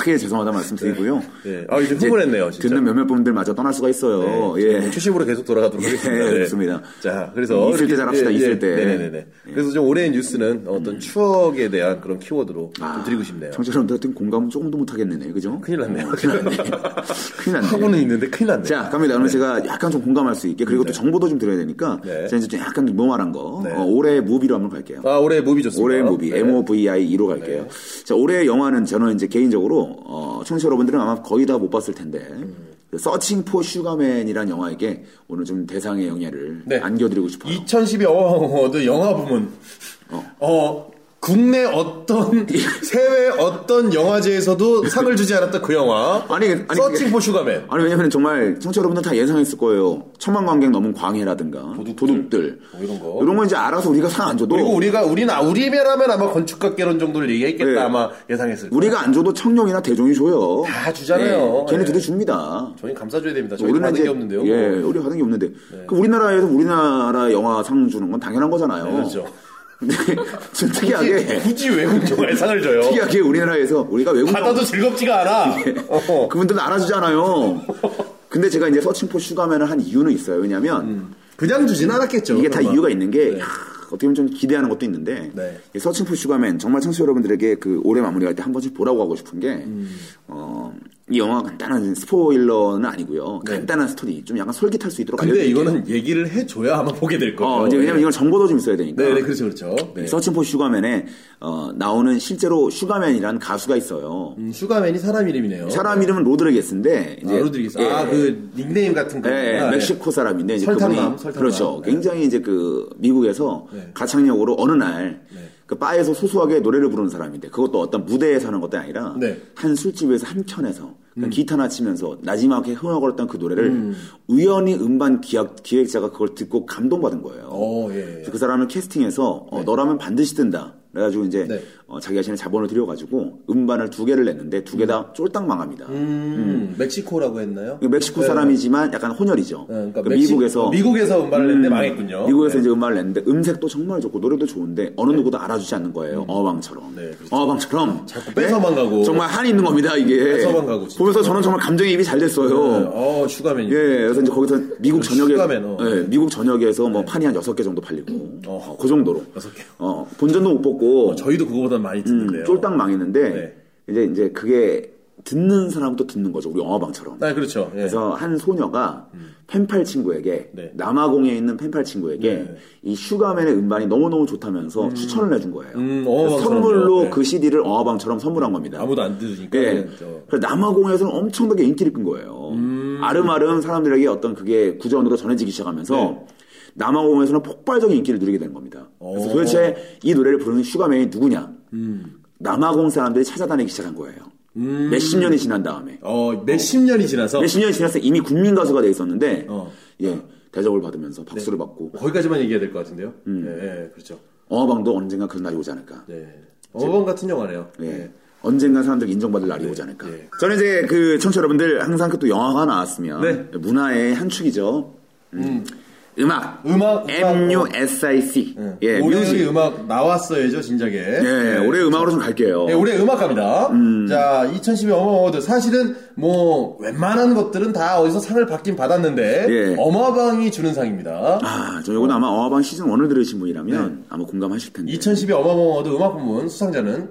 Speaker 3: 크게 죄송하다 말씀드리고요.
Speaker 2: 예. 아, 이제 흥분했네요, 진짜.
Speaker 3: 듣는 몇몇 분들마저 떠날 수가 있어요.
Speaker 2: 네,
Speaker 3: 예.
Speaker 2: 지금 추심으로 계속 돌아가도록 하겠습니다. 네.
Speaker 3: 예, 좋습니다. 음,
Speaker 2: 자, 그래서
Speaker 3: 있을
Speaker 2: 이렇게-
Speaker 3: 때 잘합시다, 있을 때. 예. 음.
Speaker 2: 네네네. 그래서 좀 올해의 뉴스는 어떤 추억에 대한 그런 키워드로
Speaker 3: 아,
Speaker 2: 좀 드리고 싶네요.
Speaker 3: 청취자 여러분들 같은 공감은 조금도 못하겠네요. 그죠?
Speaker 2: 큰일 났네요.
Speaker 3: 큰일 났네. 큰일 났네.
Speaker 2: 하고는 있는데 큰일 났네.
Speaker 3: 자, 갑니다. 그러면 제가 약간 좀 공감할 수 있게, 그리고 또 정보도 좀 드려야 되니까,
Speaker 2: 네.
Speaker 3: 제가 이제 좀 약간 좀 노멀한 거,
Speaker 2: 네.
Speaker 3: 어, 올해의 무비로 한번 갈게요.
Speaker 2: 아, 올해의 무비 좋습니다.
Speaker 3: 올해의 무비,
Speaker 2: 네.
Speaker 3: MOVI 2로 갈게요. 자, 올해의 영화는 저는 이제 개인적으로, 어, 청취자 여러분들은 아마 거의 다 못 봤을 텐데,
Speaker 2: 음.
Speaker 3: 그 서칭 포 슈가맨이라는 영화에게 오늘 좀 대상의 영예를
Speaker 2: 네.
Speaker 3: 안겨드리고 싶어요.
Speaker 2: 2012 어워드 영화 부문. 어. 국내 어떤 해외 어떤 영화제에서도 상을 주지 않았던 그 영화.
Speaker 3: 아니, 아니,
Speaker 2: 서칭
Speaker 3: 그게-
Speaker 2: 포 슈가맨.
Speaker 3: 아니 왜냐면 정말 청취자 여러분들 다 예상했을 거예요. 천만 관객 넘은 광해라든가 도둑들,
Speaker 2: 뭐 이런 거.
Speaker 3: 이런 건 이제 알아서 우리가 상 안 줘도
Speaker 2: 그리고 우리가 우리는 아, 우리면 하면 아마 건축학개론 정도를 얘기했겠다
Speaker 3: 어. 네.
Speaker 2: 아마 예상했을. 거예요.
Speaker 3: 우리가 안 줘도 청룡이나 대종이 줘요.
Speaker 2: 다 주잖아요.
Speaker 3: 예, 걔네들이
Speaker 2: 예.
Speaker 3: 줍니다.
Speaker 2: 저희 감사줘야 됩니다. 저희 받은 게 없는데요. 네.
Speaker 3: 예, 우리 받은 게 없는데. 그 우리나라에서 우리나라 영화 상 주는 건 당연한 거잖아요.
Speaker 2: 그렇죠.
Speaker 3: 근데 좀 어. 특이하게
Speaker 2: 굳이 외국 영화에 상을 줘요.
Speaker 3: 특이하게 우리나라에서 우리가 외국
Speaker 2: 받아도 즐겁지가 않아. 어.
Speaker 3: 그분들은 알아주잖아요. 근데 제가 이제 서칭포 슈가맨을 한 이유는 있어요. 왜냐면
Speaker 2: 음. 그냥 주진 않았겠죠.
Speaker 3: 이게 다
Speaker 2: 설마.
Speaker 3: 이유가 있는 게 야, 어떻게 보면 좀 기대하는 것도 있는데
Speaker 2: 네.
Speaker 3: 이 서칭 포 슈가맨 정말 청취자 여러분들에게 그 올해 마무리할 때 한 번씩 보라고 하고 싶은 게
Speaker 2: 음.
Speaker 3: 어, 이 영화가 간단한 스포일러는 아니고요. 간단한 스토리 좀 약간 솔깃할 수 있도록
Speaker 2: 네. 근데
Speaker 3: 알려드릴게요.
Speaker 2: 이거는 얘기를 해줘야 아마 보게 될 거예요.
Speaker 3: 어, 이제 왜냐면 아. 이건 정보도 좀 있어야 되니까.
Speaker 2: 네, 네, 그렇죠, 그렇죠. 네.
Speaker 3: 서칭 포 슈가맨에 어, 나오는 실제로 슈가맨이라는 가수가 있어요.
Speaker 2: 음, 슈가맨이 사람 이름이네요.
Speaker 3: 사람 이름은 로드레게스인데
Speaker 2: 아, 로드리게스. 아, 그 닉네임 같은 거.
Speaker 3: 예, 예,
Speaker 2: 아,
Speaker 3: 멕시코 사람인데 이제
Speaker 2: 설탕남,
Speaker 3: 그분이
Speaker 2: 설탕남.
Speaker 3: 그렇죠.
Speaker 2: 네.
Speaker 3: 굉장히 이제 그 미국에서
Speaker 2: 네.
Speaker 3: 가창력으로 어느 날 그 바에서 소소하게 노래를 부르는 사람인데 그것도 어떤 무대에서 하는 것도 아니라
Speaker 2: 네. 음.
Speaker 3: 한 술집에서 한 켠에서 그 기타나 치면서 나지막하게 흥얼거렸던 그 노래를 우연히 음반 기획, 기획자가 그걸 듣고 감동받은 거예요.
Speaker 2: 어, 예. 예.
Speaker 3: 그래서 그 사람을 캐스팅해서 어, 너라면 반드시 든다. 그래가지고 이제
Speaker 2: 네.
Speaker 3: 어, 자기 자신의 자본을 들여가지고 음반을 두 개를 냈는데 두 개 다 쫄딱 망합니다.
Speaker 2: 음, 멕시코라고 했나요?
Speaker 3: 이거 그 멕시코 사람이지만 약간 혼혈이죠.
Speaker 2: 네, 그러니까
Speaker 3: 그
Speaker 2: 멕시-
Speaker 3: 미국에서
Speaker 2: 미국에서 음반을 냈는데 망했군요.
Speaker 3: 미국에서
Speaker 2: 네.
Speaker 3: 이제 음반을 냈는데 음색도 정말 좋고 노래도 좋은데 어느 누구도 알아주지 않는 거예요. 어방처럼.
Speaker 2: 네, 그렇죠.
Speaker 3: 어방처럼. 네?
Speaker 2: 자꾸 뺏어만 가고.
Speaker 3: 정말 한이 있는 겁니다 이게.
Speaker 2: 뺏어만 가고, 진짜.
Speaker 3: 보면서 저는 정말 감정이입이 잘 됐어요.
Speaker 2: 어, 슈가맨이.
Speaker 3: 예, 그래서 이제 거기서 미국 전역에
Speaker 2: 슈가맨, 어. 네.
Speaker 3: 예, 미국 전역에서 뭐 판이 한 여섯 개 정도 팔리고
Speaker 2: 어.
Speaker 3: 어, 그 정도로
Speaker 2: 여섯 개요?
Speaker 3: 어, 본전도 못 뽑고
Speaker 2: 저희도 그거보다 많이 듣는데요.
Speaker 3: 음, 쫄딱 망했는데
Speaker 2: 네.
Speaker 3: 이제 이제 그게 듣는 사람도 듣는 거죠 우리 어방처럼.
Speaker 2: 아, 그렇죠. 예.
Speaker 3: 그래서 한 소녀가 펜팔 친구에게
Speaker 2: 음. 네.
Speaker 3: 남아공에 있는 펜팔 친구에게 이 슈가맨의 음반이 너무너무 좋다면서 추천을 해준 거예요.
Speaker 2: 음, 어어방처럼요.
Speaker 3: 그래서 선물로
Speaker 2: 네.
Speaker 3: 그 CD를 어어방처럼 선물한 겁니다.
Speaker 2: 아무도 안 네. 들으니까.
Speaker 3: 예.
Speaker 2: 그냥 저-
Speaker 3: 그래서 남아공에서는 엄청나게 인기를 끈 거예요.
Speaker 2: 음.
Speaker 3: 아름아름 사람들에게 어떤 그게 구전으로 전해지기 시작하면서
Speaker 2: 네.
Speaker 3: 남아공에서는 폭발적인 인기를 누리게 된 겁니다. 그래서
Speaker 2: 오.
Speaker 3: 도대체 이 노래를 부르는 슈가맨이 누구냐?
Speaker 2: 음.
Speaker 3: 남아공 사람들이 찾아다니기 시작한 거예요. 몇십 년이 지난 다음에.
Speaker 2: 어, 몇십 년이 지나서.
Speaker 3: 몇십 년이 지났을 때 이미 국민 가수가 돼 있었는데
Speaker 2: 어. 네.
Speaker 3: 예 대접을 받으면서 박수를 받고
Speaker 2: 거기까지만 얘기해야 될 것 같은데요.
Speaker 3: 음.
Speaker 2: 예, 예, 그렇죠.
Speaker 3: 어방도 언젠가 그런 날이 오지 않을까
Speaker 2: 네. 어번 같은 영화네요. 네.
Speaker 3: 예.
Speaker 2: 예.
Speaker 3: 언젠가 사람들 인정받을 날이 오지 않을까 저는 이제 그 청취 자 여러분들 항상 그 또 영화가 나왔으면
Speaker 2: 네.
Speaker 3: 문화의 한 축이죠 음. 악
Speaker 2: 음악, 음악.
Speaker 3: MUSIC 예
Speaker 2: 올해의
Speaker 3: 뮤직
Speaker 2: 음악 나왔어야죠, 진작에.
Speaker 3: 예 올해 음악으로 좀 갈게요
Speaker 2: 예, 올해 음악 갑니다. 자, 2012 어마어워드. 사실은 뭐 웬만한 것들은 다 어디서 상을 받긴 받았는데
Speaker 3: 예.
Speaker 2: 어마방이 주는 상입니다.
Speaker 3: 아, 저 요거는 아마 어방 시즌 1을 들으신 분이라면
Speaker 2: 네.
Speaker 3: 아마 공감하실 텐데
Speaker 2: 2012 어마어워드 음악 부문 수상자는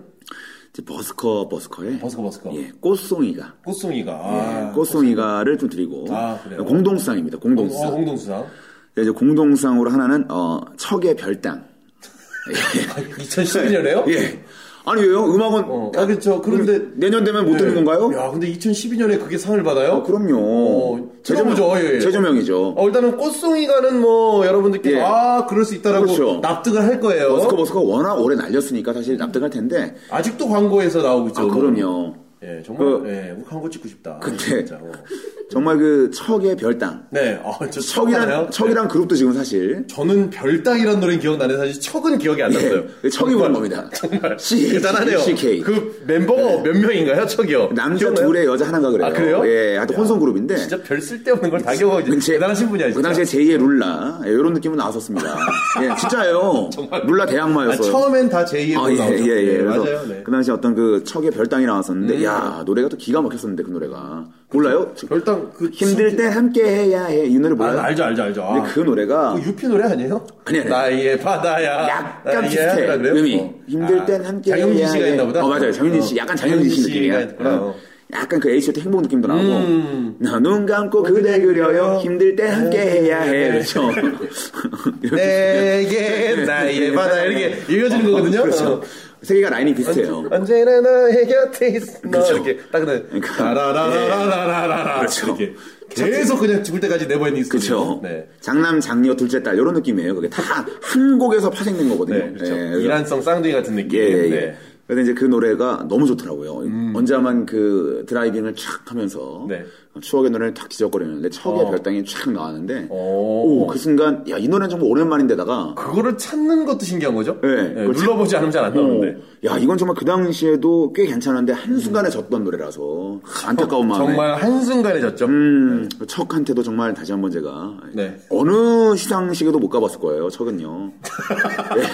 Speaker 3: 이제 버스커 버스커의
Speaker 2: 버스커 버스커
Speaker 3: 예, 꽃송이가
Speaker 2: 꽃송이가
Speaker 3: 예,
Speaker 2: 아,
Speaker 3: 꽃송이가를 좀 드리고
Speaker 2: 아, 그래요?
Speaker 3: 공동상입니다. 공동상.
Speaker 2: 어, 공동수상.
Speaker 3: 네, 이제 공동상으로 하나는 어, 척의 별당.
Speaker 2: 아, 2012년에요?
Speaker 3: 예. 아니 왜요? 음악은
Speaker 2: 어, 아, 그렇죠. 그런데- 네.
Speaker 3: 음, 내년 되면 못 듣는 건가요?
Speaker 2: 야, 근데 2012년에 그게 상을 받아요?
Speaker 3: 어, 그럼요.
Speaker 2: 어, 들어보죠. 예, 예.
Speaker 3: 재조명이죠.
Speaker 2: 어, 일단은 꽃송이가는 뭐 여러분들께서
Speaker 3: 예.
Speaker 2: 아 그럴 수 있다라고
Speaker 3: 그렇죠.
Speaker 2: 납득을 할 거예요.
Speaker 3: 버스커 버스커 워낙 오래 날렸으니까 사실 납득할 텐데.
Speaker 2: 아직도 광고에서 나오고 있죠.
Speaker 3: 아, 그럼요.
Speaker 2: 예, 정말
Speaker 3: 그-
Speaker 2: 예, 광고 찍고 싶다.
Speaker 3: 근데
Speaker 2: 진짜, 어.
Speaker 3: 정말 그 척의 별당.
Speaker 2: 네, 아, 저
Speaker 3: 척이란
Speaker 2: 척하나요? 네.
Speaker 3: 척이란 그룹도 지금 사실
Speaker 2: 저는 별당이라는 노래는 기억나는데 사실 척은 기억이 안 났어요.
Speaker 3: 예, 척이
Speaker 2: 정말,
Speaker 3: 부른 겁니다.
Speaker 2: 정말
Speaker 3: C- E
Speaker 2: 대단하네요.
Speaker 3: CK.
Speaker 2: 그 멤버가 몇 명인가요, 척이요?
Speaker 3: 네. 남자
Speaker 2: 기억나요?
Speaker 3: 둘에 여자 하나가 그래요.
Speaker 2: 아, 그래요?
Speaker 3: 예, 하여튼 혼성 그룹인데.
Speaker 2: 진짜 별 쓸데없는 걸 다 기억하고 있는
Speaker 3: 제-
Speaker 2: 대단하신 분이야. 진짜.
Speaker 3: 뭐 그 당시에 제2의 룰라 예, 이런 느낌은 나왔었습니다. 예, 진짜예요. 룰라
Speaker 2: 아,
Speaker 3: 대항마였어요.
Speaker 2: 처음엔 다 제2의
Speaker 3: 아,
Speaker 2: 로
Speaker 3: 예,
Speaker 2: 나오죠.
Speaker 3: 예, 예.
Speaker 2: 네,
Speaker 3: 그래서
Speaker 2: 맞아요. 네.
Speaker 3: 그 당시 어떤 그 척의 별당이 나왔었는데, 야 노래가 또 기가 막혔었는데 그 노래가 몰라요?
Speaker 2: 별당 그
Speaker 3: 힘들 때 함께해야 해 이 노래 몰라요?
Speaker 2: 아, 알죠, 알죠, 알죠. 아.
Speaker 3: 근데 그 노래가
Speaker 2: 그 유피 노래 아니에요?
Speaker 3: 아니, 아니.
Speaker 2: 나의 바다야.
Speaker 3: 약간
Speaker 2: 나의
Speaker 3: 비슷해
Speaker 2: 하늘아, 예, 그래요?
Speaker 3: 음이
Speaker 2: 어.
Speaker 3: 힘들
Speaker 2: 아,
Speaker 3: 땐 함께
Speaker 2: 장영진
Speaker 3: 해야
Speaker 2: 씨가
Speaker 3: 해.
Speaker 2: 있나 보다.
Speaker 3: 어 맞아요 장영진 씨
Speaker 2: 어.
Speaker 3: 약간 장영진 씨
Speaker 2: 장영진 씨가
Speaker 3: 느낌이야
Speaker 2: 있구나. 음.
Speaker 3: 어. 약간 그 H.O.T 행복 느낌도 나고 나 눈 감고
Speaker 2: 뭐
Speaker 3: 그대 그려요 힘들 때 함께
Speaker 2: 네.
Speaker 3: 해야 해 그렇죠 이렇게
Speaker 2: 내게 나의 바다 네, 이렇게 읽어지는 거거든요.
Speaker 3: 그렇죠
Speaker 2: 어. 아,
Speaker 3: 세 개가 라인이 비슷해요
Speaker 2: 언제나 나의 곁에 있어. 너 이렇게 딱 그냥
Speaker 3: 그러니까.
Speaker 2: 라라라라라라라
Speaker 3: 그렇죠.
Speaker 2: 이렇게. 계속 그냥 죽을 때까지 네버엔딩 스토리.
Speaker 3: 그렇죠.
Speaker 2: 네.
Speaker 3: 장남, 장녀, 둘째 딸 이런 느낌이에요. 그게 다 한 곡에서 파생된 거거든요.
Speaker 2: 네, 그렇죠.
Speaker 3: 예, 그래서-
Speaker 2: 이란성 쌍둥이 같은 느낌.
Speaker 3: 예, 예.
Speaker 2: 네. 음.
Speaker 3: 그래서 이제 그 노래가 너무 좋더라고요. 언제만 그 드라이빙을 촥 하면서
Speaker 2: 네.
Speaker 3: 추억의 노래를 탁 지적거리는데 추억의
Speaker 2: 어.
Speaker 3: 별당이 촥 나왔는데
Speaker 2: 오.
Speaker 3: 오, 그 순간 야, 이 노래는 정말 오랜만인데다가
Speaker 2: 그거를 찾는 것도 신기한 거죠?
Speaker 3: 네,
Speaker 2: 예,
Speaker 3: 그걸
Speaker 2: 눌러보지 않으면 잘 안 나오는데.
Speaker 3: 어, 야, 이건 정말 그 당시에도 꽤 괜찮은데 한순간에 졌던 노래라서 안타까운 마음에
Speaker 2: 음. 정말 한순간에 졌죠?
Speaker 3: 음, 척한테도 정말 다시 한번 제가
Speaker 2: 네.
Speaker 3: 어느 시상식에도 못 가봤을 거예요. 척은요.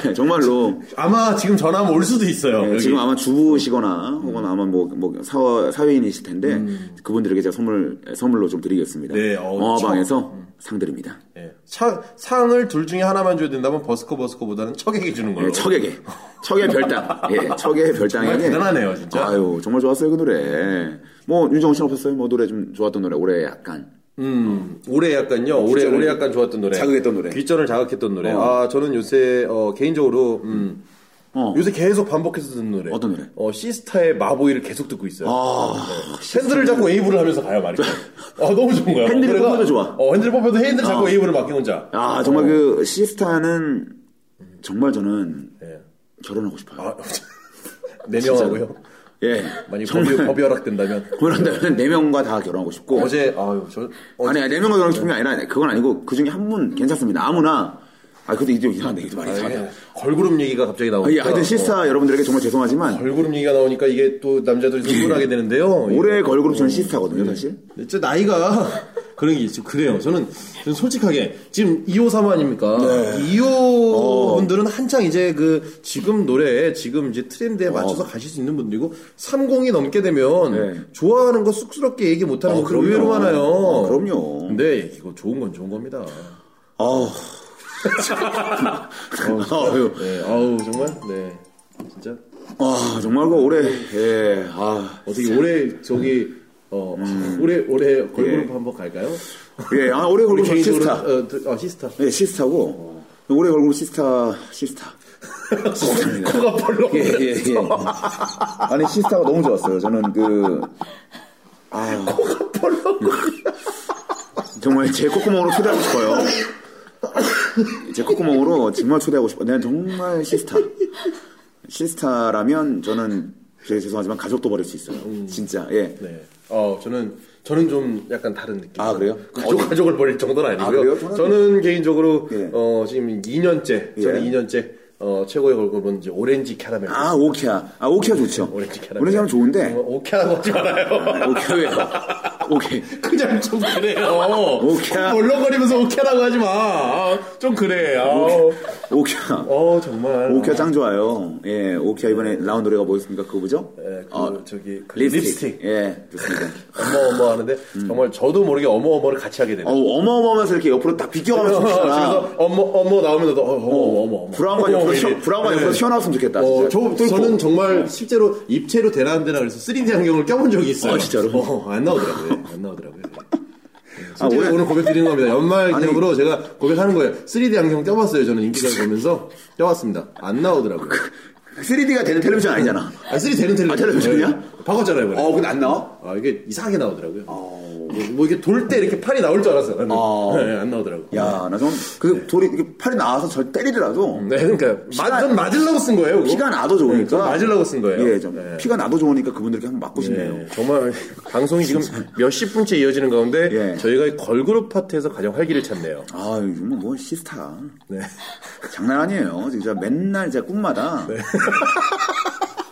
Speaker 3: 네, 정말로
Speaker 2: 아마 지금 전화하면 올 수도 있어요.
Speaker 3: 네,
Speaker 2: 여기. 음.
Speaker 3: 지금 아마 주부시거나 혹은 아마 뭐, 뭐 사회, 사회인이실 텐데 그분들에게 제가 선물 선물로 좀 드리겠습니다.
Speaker 2: 네, 어,
Speaker 3: 영화방에서 상 드립니다.
Speaker 2: 예. 차- 상을 둘 중에 하나만 줘야 된다면 버스커 버스커보다는 척에게 주는 걸로.
Speaker 3: 네, 척에게 척의 별당, 예, 척의 별당에게
Speaker 2: 대단하네요, 진짜.
Speaker 3: 아유, 정말 좋았어요 그 노래. 뭐 윤정우 씨 없었어요? 뭐 노래 좀 좋았던 노래 올해 약간
Speaker 2: 음, 올해 약간요. 올해
Speaker 3: 귀전을
Speaker 2: 올해 약간 좋았던 노래.
Speaker 3: 자극했던 노래.
Speaker 2: 귀전을 자극했던 노래.
Speaker 3: 어.
Speaker 2: 아, 저는 요새 어, 개인적으로 음,
Speaker 3: 어.
Speaker 2: 요새 계속 반복해서 듣는 노래.
Speaker 3: 어떤 노래?
Speaker 2: 어, 시스타의 마보이를 계속 듣고 있어요.
Speaker 3: 아,
Speaker 2: 핸들을 잡고 에이브를 하면서 가요, 말이죠. 아, 너무 좋은 거야.
Speaker 3: 핸들이
Speaker 2: 노래가-
Speaker 3: 뽑혀도 좋아.
Speaker 2: 어, 핸들을 뽑혀도 핸들 잡고 에이브를 맡기 혼자.
Speaker 3: 아 정말
Speaker 2: 어.
Speaker 3: 그 시스타는 정말 저는
Speaker 2: 예.
Speaker 3: 결혼하고 싶어요.
Speaker 2: 아, 네 명하고요.
Speaker 3: 예,
Speaker 2: 만약 법이,
Speaker 3: 그 정말
Speaker 2: 법이 허락된다면.
Speaker 3: 그런다면 네 명과 다 결혼하고 싶고
Speaker 2: 어제, 아유, 저, 어,
Speaker 3: 아니, 아니, 네 명과 결혼 싶은 게 아니라, 그건 아니고, 그 중에 한 분 괜찮습니다. 아무나. 아, 근데 이게 이상한데, 이게 말이 이상하다.
Speaker 2: 예. 걸그룹 얘기가 갑자기 나오니까. 어,
Speaker 3: 예, 하여튼 시스타 여러분들에게 정말 죄송하지만,
Speaker 2: 걸그룹 얘기가 나오니까 이게 또 남자들이 흥분하게 되는데요.
Speaker 3: 예. 올해 걸그룹
Speaker 2: 어.
Speaker 3: 저는 시스타거든요, 사실.
Speaker 2: 근데 저 나이가 그런 게 있죠. 그래요. 저는, 저는 솔직하게 지금 2호사모 아닙니까?
Speaker 3: 네. 어.
Speaker 2: 2호 분들은 한창 이제 그 지금 노래에 지금 이제 트렌드에 맞춰서 가실 수 있는 분들이고 30이 넘게 되면
Speaker 3: 어. 네.
Speaker 2: 좋아하는 거 쑥스럽게 얘기 못하는
Speaker 3: 어,
Speaker 2: 분들 의외로
Speaker 3: 그럼요.
Speaker 2: 많아요.
Speaker 3: 어, 그럼요.
Speaker 2: 근데 이거 좋은 건 좋은 겁니다. 어.
Speaker 3: 아우. 아. 아유.
Speaker 2: 네, 아우 정말 네 진짜
Speaker 3: 아, 정말 그 올해, 예, 아.
Speaker 2: 어떻게 올해 저기 어
Speaker 3: 음.
Speaker 2: 올해 올해 걸그룹 한번 갈까요?
Speaker 3: 예, 아, 올해 걸그룹 저는
Speaker 2: 개인적으로
Speaker 3: 시스타.
Speaker 2: 어, 드- 어, 시스타
Speaker 3: 예, 시스타고, 올해 걸그룹 시스타, 시스타. 시스타입니다.
Speaker 2: 코가 벌렁
Speaker 3: 예, 예, 예. 아니, 시스타가 너무 좋았어요. 저는 그, 아.
Speaker 2: 벌렁
Speaker 3: 정말 제 콧구멍으로 초대하고 싶어요. 제 콧구멍으로 정말 초대하고 싶어요. 내가 정말 시스타. 시스타라면 저는 제 죄송하지만 가족도 버릴 수 있어요.
Speaker 2: 음.
Speaker 3: 진짜. 예.
Speaker 2: 네. 어 저는 저는 좀 약간 다른 느낌.
Speaker 3: 아, 그래요?
Speaker 2: 가족
Speaker 3: 어디-
Speaker 2: 가족을 버릴 정도는 아니고요.
Speaker 3: 그래요? 저는-
Speaker 2: 저는 개인적으로
Speaker 3: 예.
Speaker 2: 어 지금 2년째 저는
Speaker 3: 예.
Speaker 2: 2년째 어 최고의 걸그룹은 이제 오렌지 캐러멜.
Speaker 3: 아, 오키야. 아, 오키야 좋죠.
Speaker 2: 네, 오렌지 캐러멜.
Speaker 3: 오렌지 하면
Speaker 2: 어,
Speaker 3: 좋은데.
Speaker 2: 오케라고 하지 말아요.
Speaker 3: 오키야 왜요? 오케이.
Speaker 2: 그냥 좀 그래요.
Speaker 3: 오케라.
Speaker 2: 얼렁거리면서 오케라고 하지 마. 아, 좀 그래. 아,
Speaker 3: 오키야.
Speaker 2: 어 정말.
Speaker 3: 오키야 짱 좋아요. 예, 오키야 이번에 나온 노래가 뭐였습니까? 그거 뭐죠?
Speaker 2: 예, 그
Speaker 3: 어,
Speaker 2: 저기 그
Speaker 3: 립스틱. 음.
Speaker 2: 립스틱.
Speaker 3: 예, 좋습니다.
Speaker 2: 어머 어머 하는데 정말 저도 모르게 어머 어머를 같이 하게 되네요.
Speaker 3: 어우, 어마어마하면서 이렇게 옆으로 딱 비껴가면서 춤추잖아.
Speaker 2: 어, 그래서 어머 어머 나오면 너도 어, 어머 어머 어머
Speaker 3: 브라운관
Speaker 2: 어머,
Speaker 3: 옆으로,
Speaker 2: 이래.
Speaker 3: 튀어- 브라운관 옆으로
Speaker 2: 네.
Speaker 3: 튀어나왔으면 좋겠다.
Speaker 2: 어,
Speaker 3: 진짜.
Speaker 2: 저,
Speaker 3: 뚫고.
Speaker 2: 저는 어. 정말 실제로 입체로 대나한대나 그래서 3D 안경을 껴본 적이 있어요.
Speaker 3: 아, 진짜로?
Speaker 2: 어, 안 나오더라고요. 안 나오더라고요.
Speaker 3: 아,
Speaker 2: 아, 오늘,
Speaker 3: 올해-
Speaker 2: 오늘 고백 드리는 겁니다. 연말 기념으로 제가 고백하는 거예요. 3D 안경 껴봤어요. 저는 인기가요 보면서 껴봤습니다. 안 나오더라고요.
Speaker 3: 3D가 되는 텔레비전 아니잖아.
Speaker 2: 그- 아, 3D 되는 텔레비전.
Speaker 3: 아, 텔레비전이야?
Speaker 2: 네. 바꿨잖아요, 이번에.
Speaker 3: 어, 근데 안 나와?
Speaker 2: 아, 이게 이상하게 나오더라고요. 뭐, 뭐 이게 돌 때 이렇게 팔이 나올 줄 알았어요. 나는.
Speaker 3: 아.
Speaker 2: 네, 안 나오더라고요.
Speaker 3: 야, 나 좀, 그 돌이, 이게 팔이 나와서 절 때리더라도,
Speaker 2: 네, 그러니까 맞, 전 맞으려고 쓴 거예요. 그거.
Speaker 3: 피가 나도
Speaker 2: 네, 전
Speaker 3: 좋으니까.
Speaker 2: 맞으려고 쓴 거예요.
Speaker 3: 예, 좀, 피가 나도 좋으니까 그분들께 한번 맞고 싶네요.
Speaker 2: 네, 정말 방송이 지금 몇십 분째 이어지는 가운데
Speaker 3: 예.
Speaker 2: 저희가 걸그룹 파트에서 가장 활기를 찾네요.
Speaker 3: 아, 정말 뭐 시스타.
Speaker 2: 네.
Speaker 3: 장난 아니에요. 진짜 맨날 진짜 꿈마다.
Speaker 2: 네.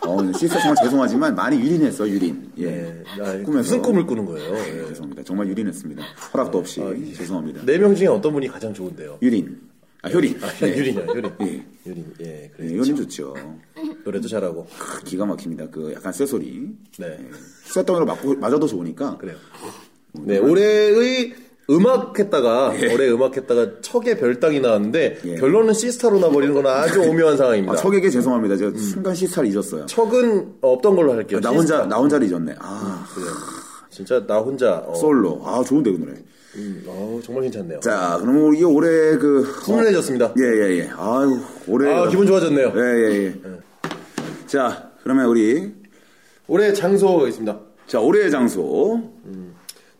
Speaker 3: 어, 시스타 정말 죄송하지만 많이 유린했어, 유린. 예.
Speaker 2: 아,
Speaker 3: 꿈에서.
Speaker 2: 무슨 꿈을 꾸는 거예요?
Speaker 3: 예, 죄송합니다. 정말 유린했습니다. 허락도 없이. 죄송합니다.
Speaker 2: 네 명 중에 어떤 분이 가장 좋은데요?
Speaker 3: 유린. 아, 효린. 예.
Speaker 2: 유린이요, 유린.
Speaker 3: 예.
Speaker 2: 유린, 예, 그래.
Speaker 3: 예, 효린 좋죠.
Speaker 2: 노래도 잘하고.
Speaker 3: 크, 기가 막힙니다. 그 약간 쇠소리.
Speaker 2: 네.
Speaker 3: 쇠덩이로 맞고 맞아도 좋으니까.
Speaker 2: 그래요.
Speaker 3: 뭐,
Speaker 2: 네, 올해의 음악 했다가, 올해 음악 했다가 척의 별당이 나왔는데,
Speaker 3: 예.
Speaker 2: 결론은 시스타로 나버리는 건 아주 오묘한 상황입니다. 음.
Speaker 3: 아, 척에게 죄송합니다. 제가 순간 시스타를 잊었어요.
Speaker 2: 척은 없던 걸로 할게요.
Speaker 3: 아, 나
Speaker 2: 시스타.
Speaker 3: 혼자 나 혼자를 잊었네. 아
Speaker 2: 진짜 나 혼자. 어,
Speaker 3: 솔로. 아 좋은데 그 노래.
Speaker 2: 음, 어우, 정말 괜찮네요. 어,
Speaker 3: 자 그럼 이게 올해 그
Speaker 2: 훈훈해졌습니다.
Speaker 3: 예예예. 아유 올해
Speaker 2: 아, 기분 좋아졌네요.
Speaker 3: 예예예. 자 그러면 우리
Speaker 2: 올해 장소가 있습니다.
Speaker 3: 자 올해의 장소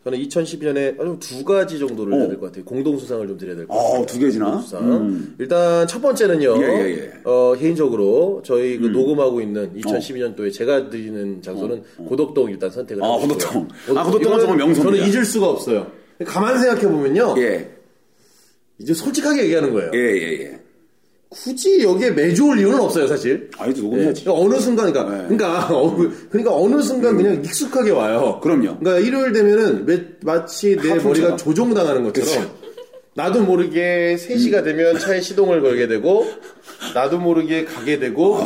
Speaker 2: 저는 2012년에 아니면 두 가지 정도를
Speaker 3: 어.
Speaker 2: 드릴 것 같아요. 공동 수상을 좀 드려야 될 것
Speaker 3: 어,
Speaker 2: 같아요.
Speaker 3: 두 개지나? 음,
Speaker 2: 공동 수상. 일단 첫 번째는요.
Speaker 3: 예, 예, 예.
Speaker 2: 어, 개인적으로 저희 그 녹음하고 있는 2012년도에 제가 드리는 장소는 고덕동 일단 선택을
Speaker 3: 어. 아,
Speaker 2: 하고 있고요.
Speaker 3: 고덕동. 아, 고덕동은 정말
Speaker 2: 이거는
Speaker 3: 명소입니다.
Speaker 2: 저는 잊을 수가 없어요. 가만 생각해 보면요.
Speaker 3: 예.
Speaker 2: 이제 솔직하게 얘기하는 거예요.
Speaker 3: 예, 예, 예.
Speaker 2: 굳이 여기에 매주 올 이유는 없어요, 사실.
Speaker 3: 아, 이제
Speaker 2: 예,
Speaker 3: 녹음해야지.
Speaker 2: 그러니까 어느 순간, 그러니까,
Speaker 3: 네. 음.
Speaker 2: 그러니까, 어, 그러니까 어느 순간 그냥 익숙하게 와요.
Speaker 3: 그럼요.
Speaker 2: 그러니까 일요일 되면은 매- 마치 내
Speaker 3: 하품처럼.
Speaker 2: 머리가 조종당하는 것처럼 나도 모르게 3시가
Speaker 3: 음.
Speaker 2: 되면 차에 시동을 걸게 되고 나도 모르게 가게 되고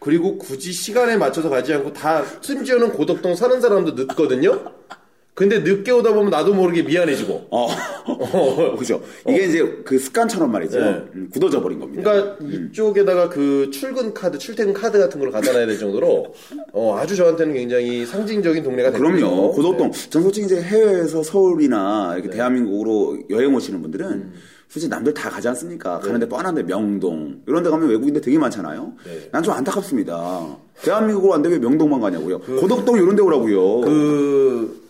Speaker 2: 그리고 굳이 시간에 맞춰서 가지 않고 다 심지어는 고덕동 사는 사람도 늦거든요. 근데 늦게 오다 보면 나도 모르게 미안해지고.
Speaker 3: 어. 그죠. 이게 이제 그 습관처럼 말이죠.
Speaker 2: 어. 네.
Speaker 3: 음, 굳어져 버린 겁니다.
Speaker 2: 그러니까 이쪽에다가 그 출근 카드, 출퇴근 카드 같은 걸 갖다 놔야 될 정도로 어, 아주 저한테는 굉장히 상징적인 동네가 됐고요.
Speaker 3: 그럼요. 고덕동.
Speaker 2: 네.
Speaker 3: 전 솔직히 이제 해외에서 서울이나 이렇게 대한민국으로 여행 오시는 분들은
Speaker 2: 음.
Speaker 3: 솔직히 남들 다 가지
Speaker 2: 네.
Speaker 3: 않습니까? 가는데 뻔한데 명동 이런 데 가면 외국인들 되게 많잖아요.
Speaker 2: 네.
Speaker 3: 난 좀 안타깝습니다. 대한민국으로 왔는데 왜 명동만 가냐고요. 고덕동 이런 데 오라고요.
Speaker 2: 그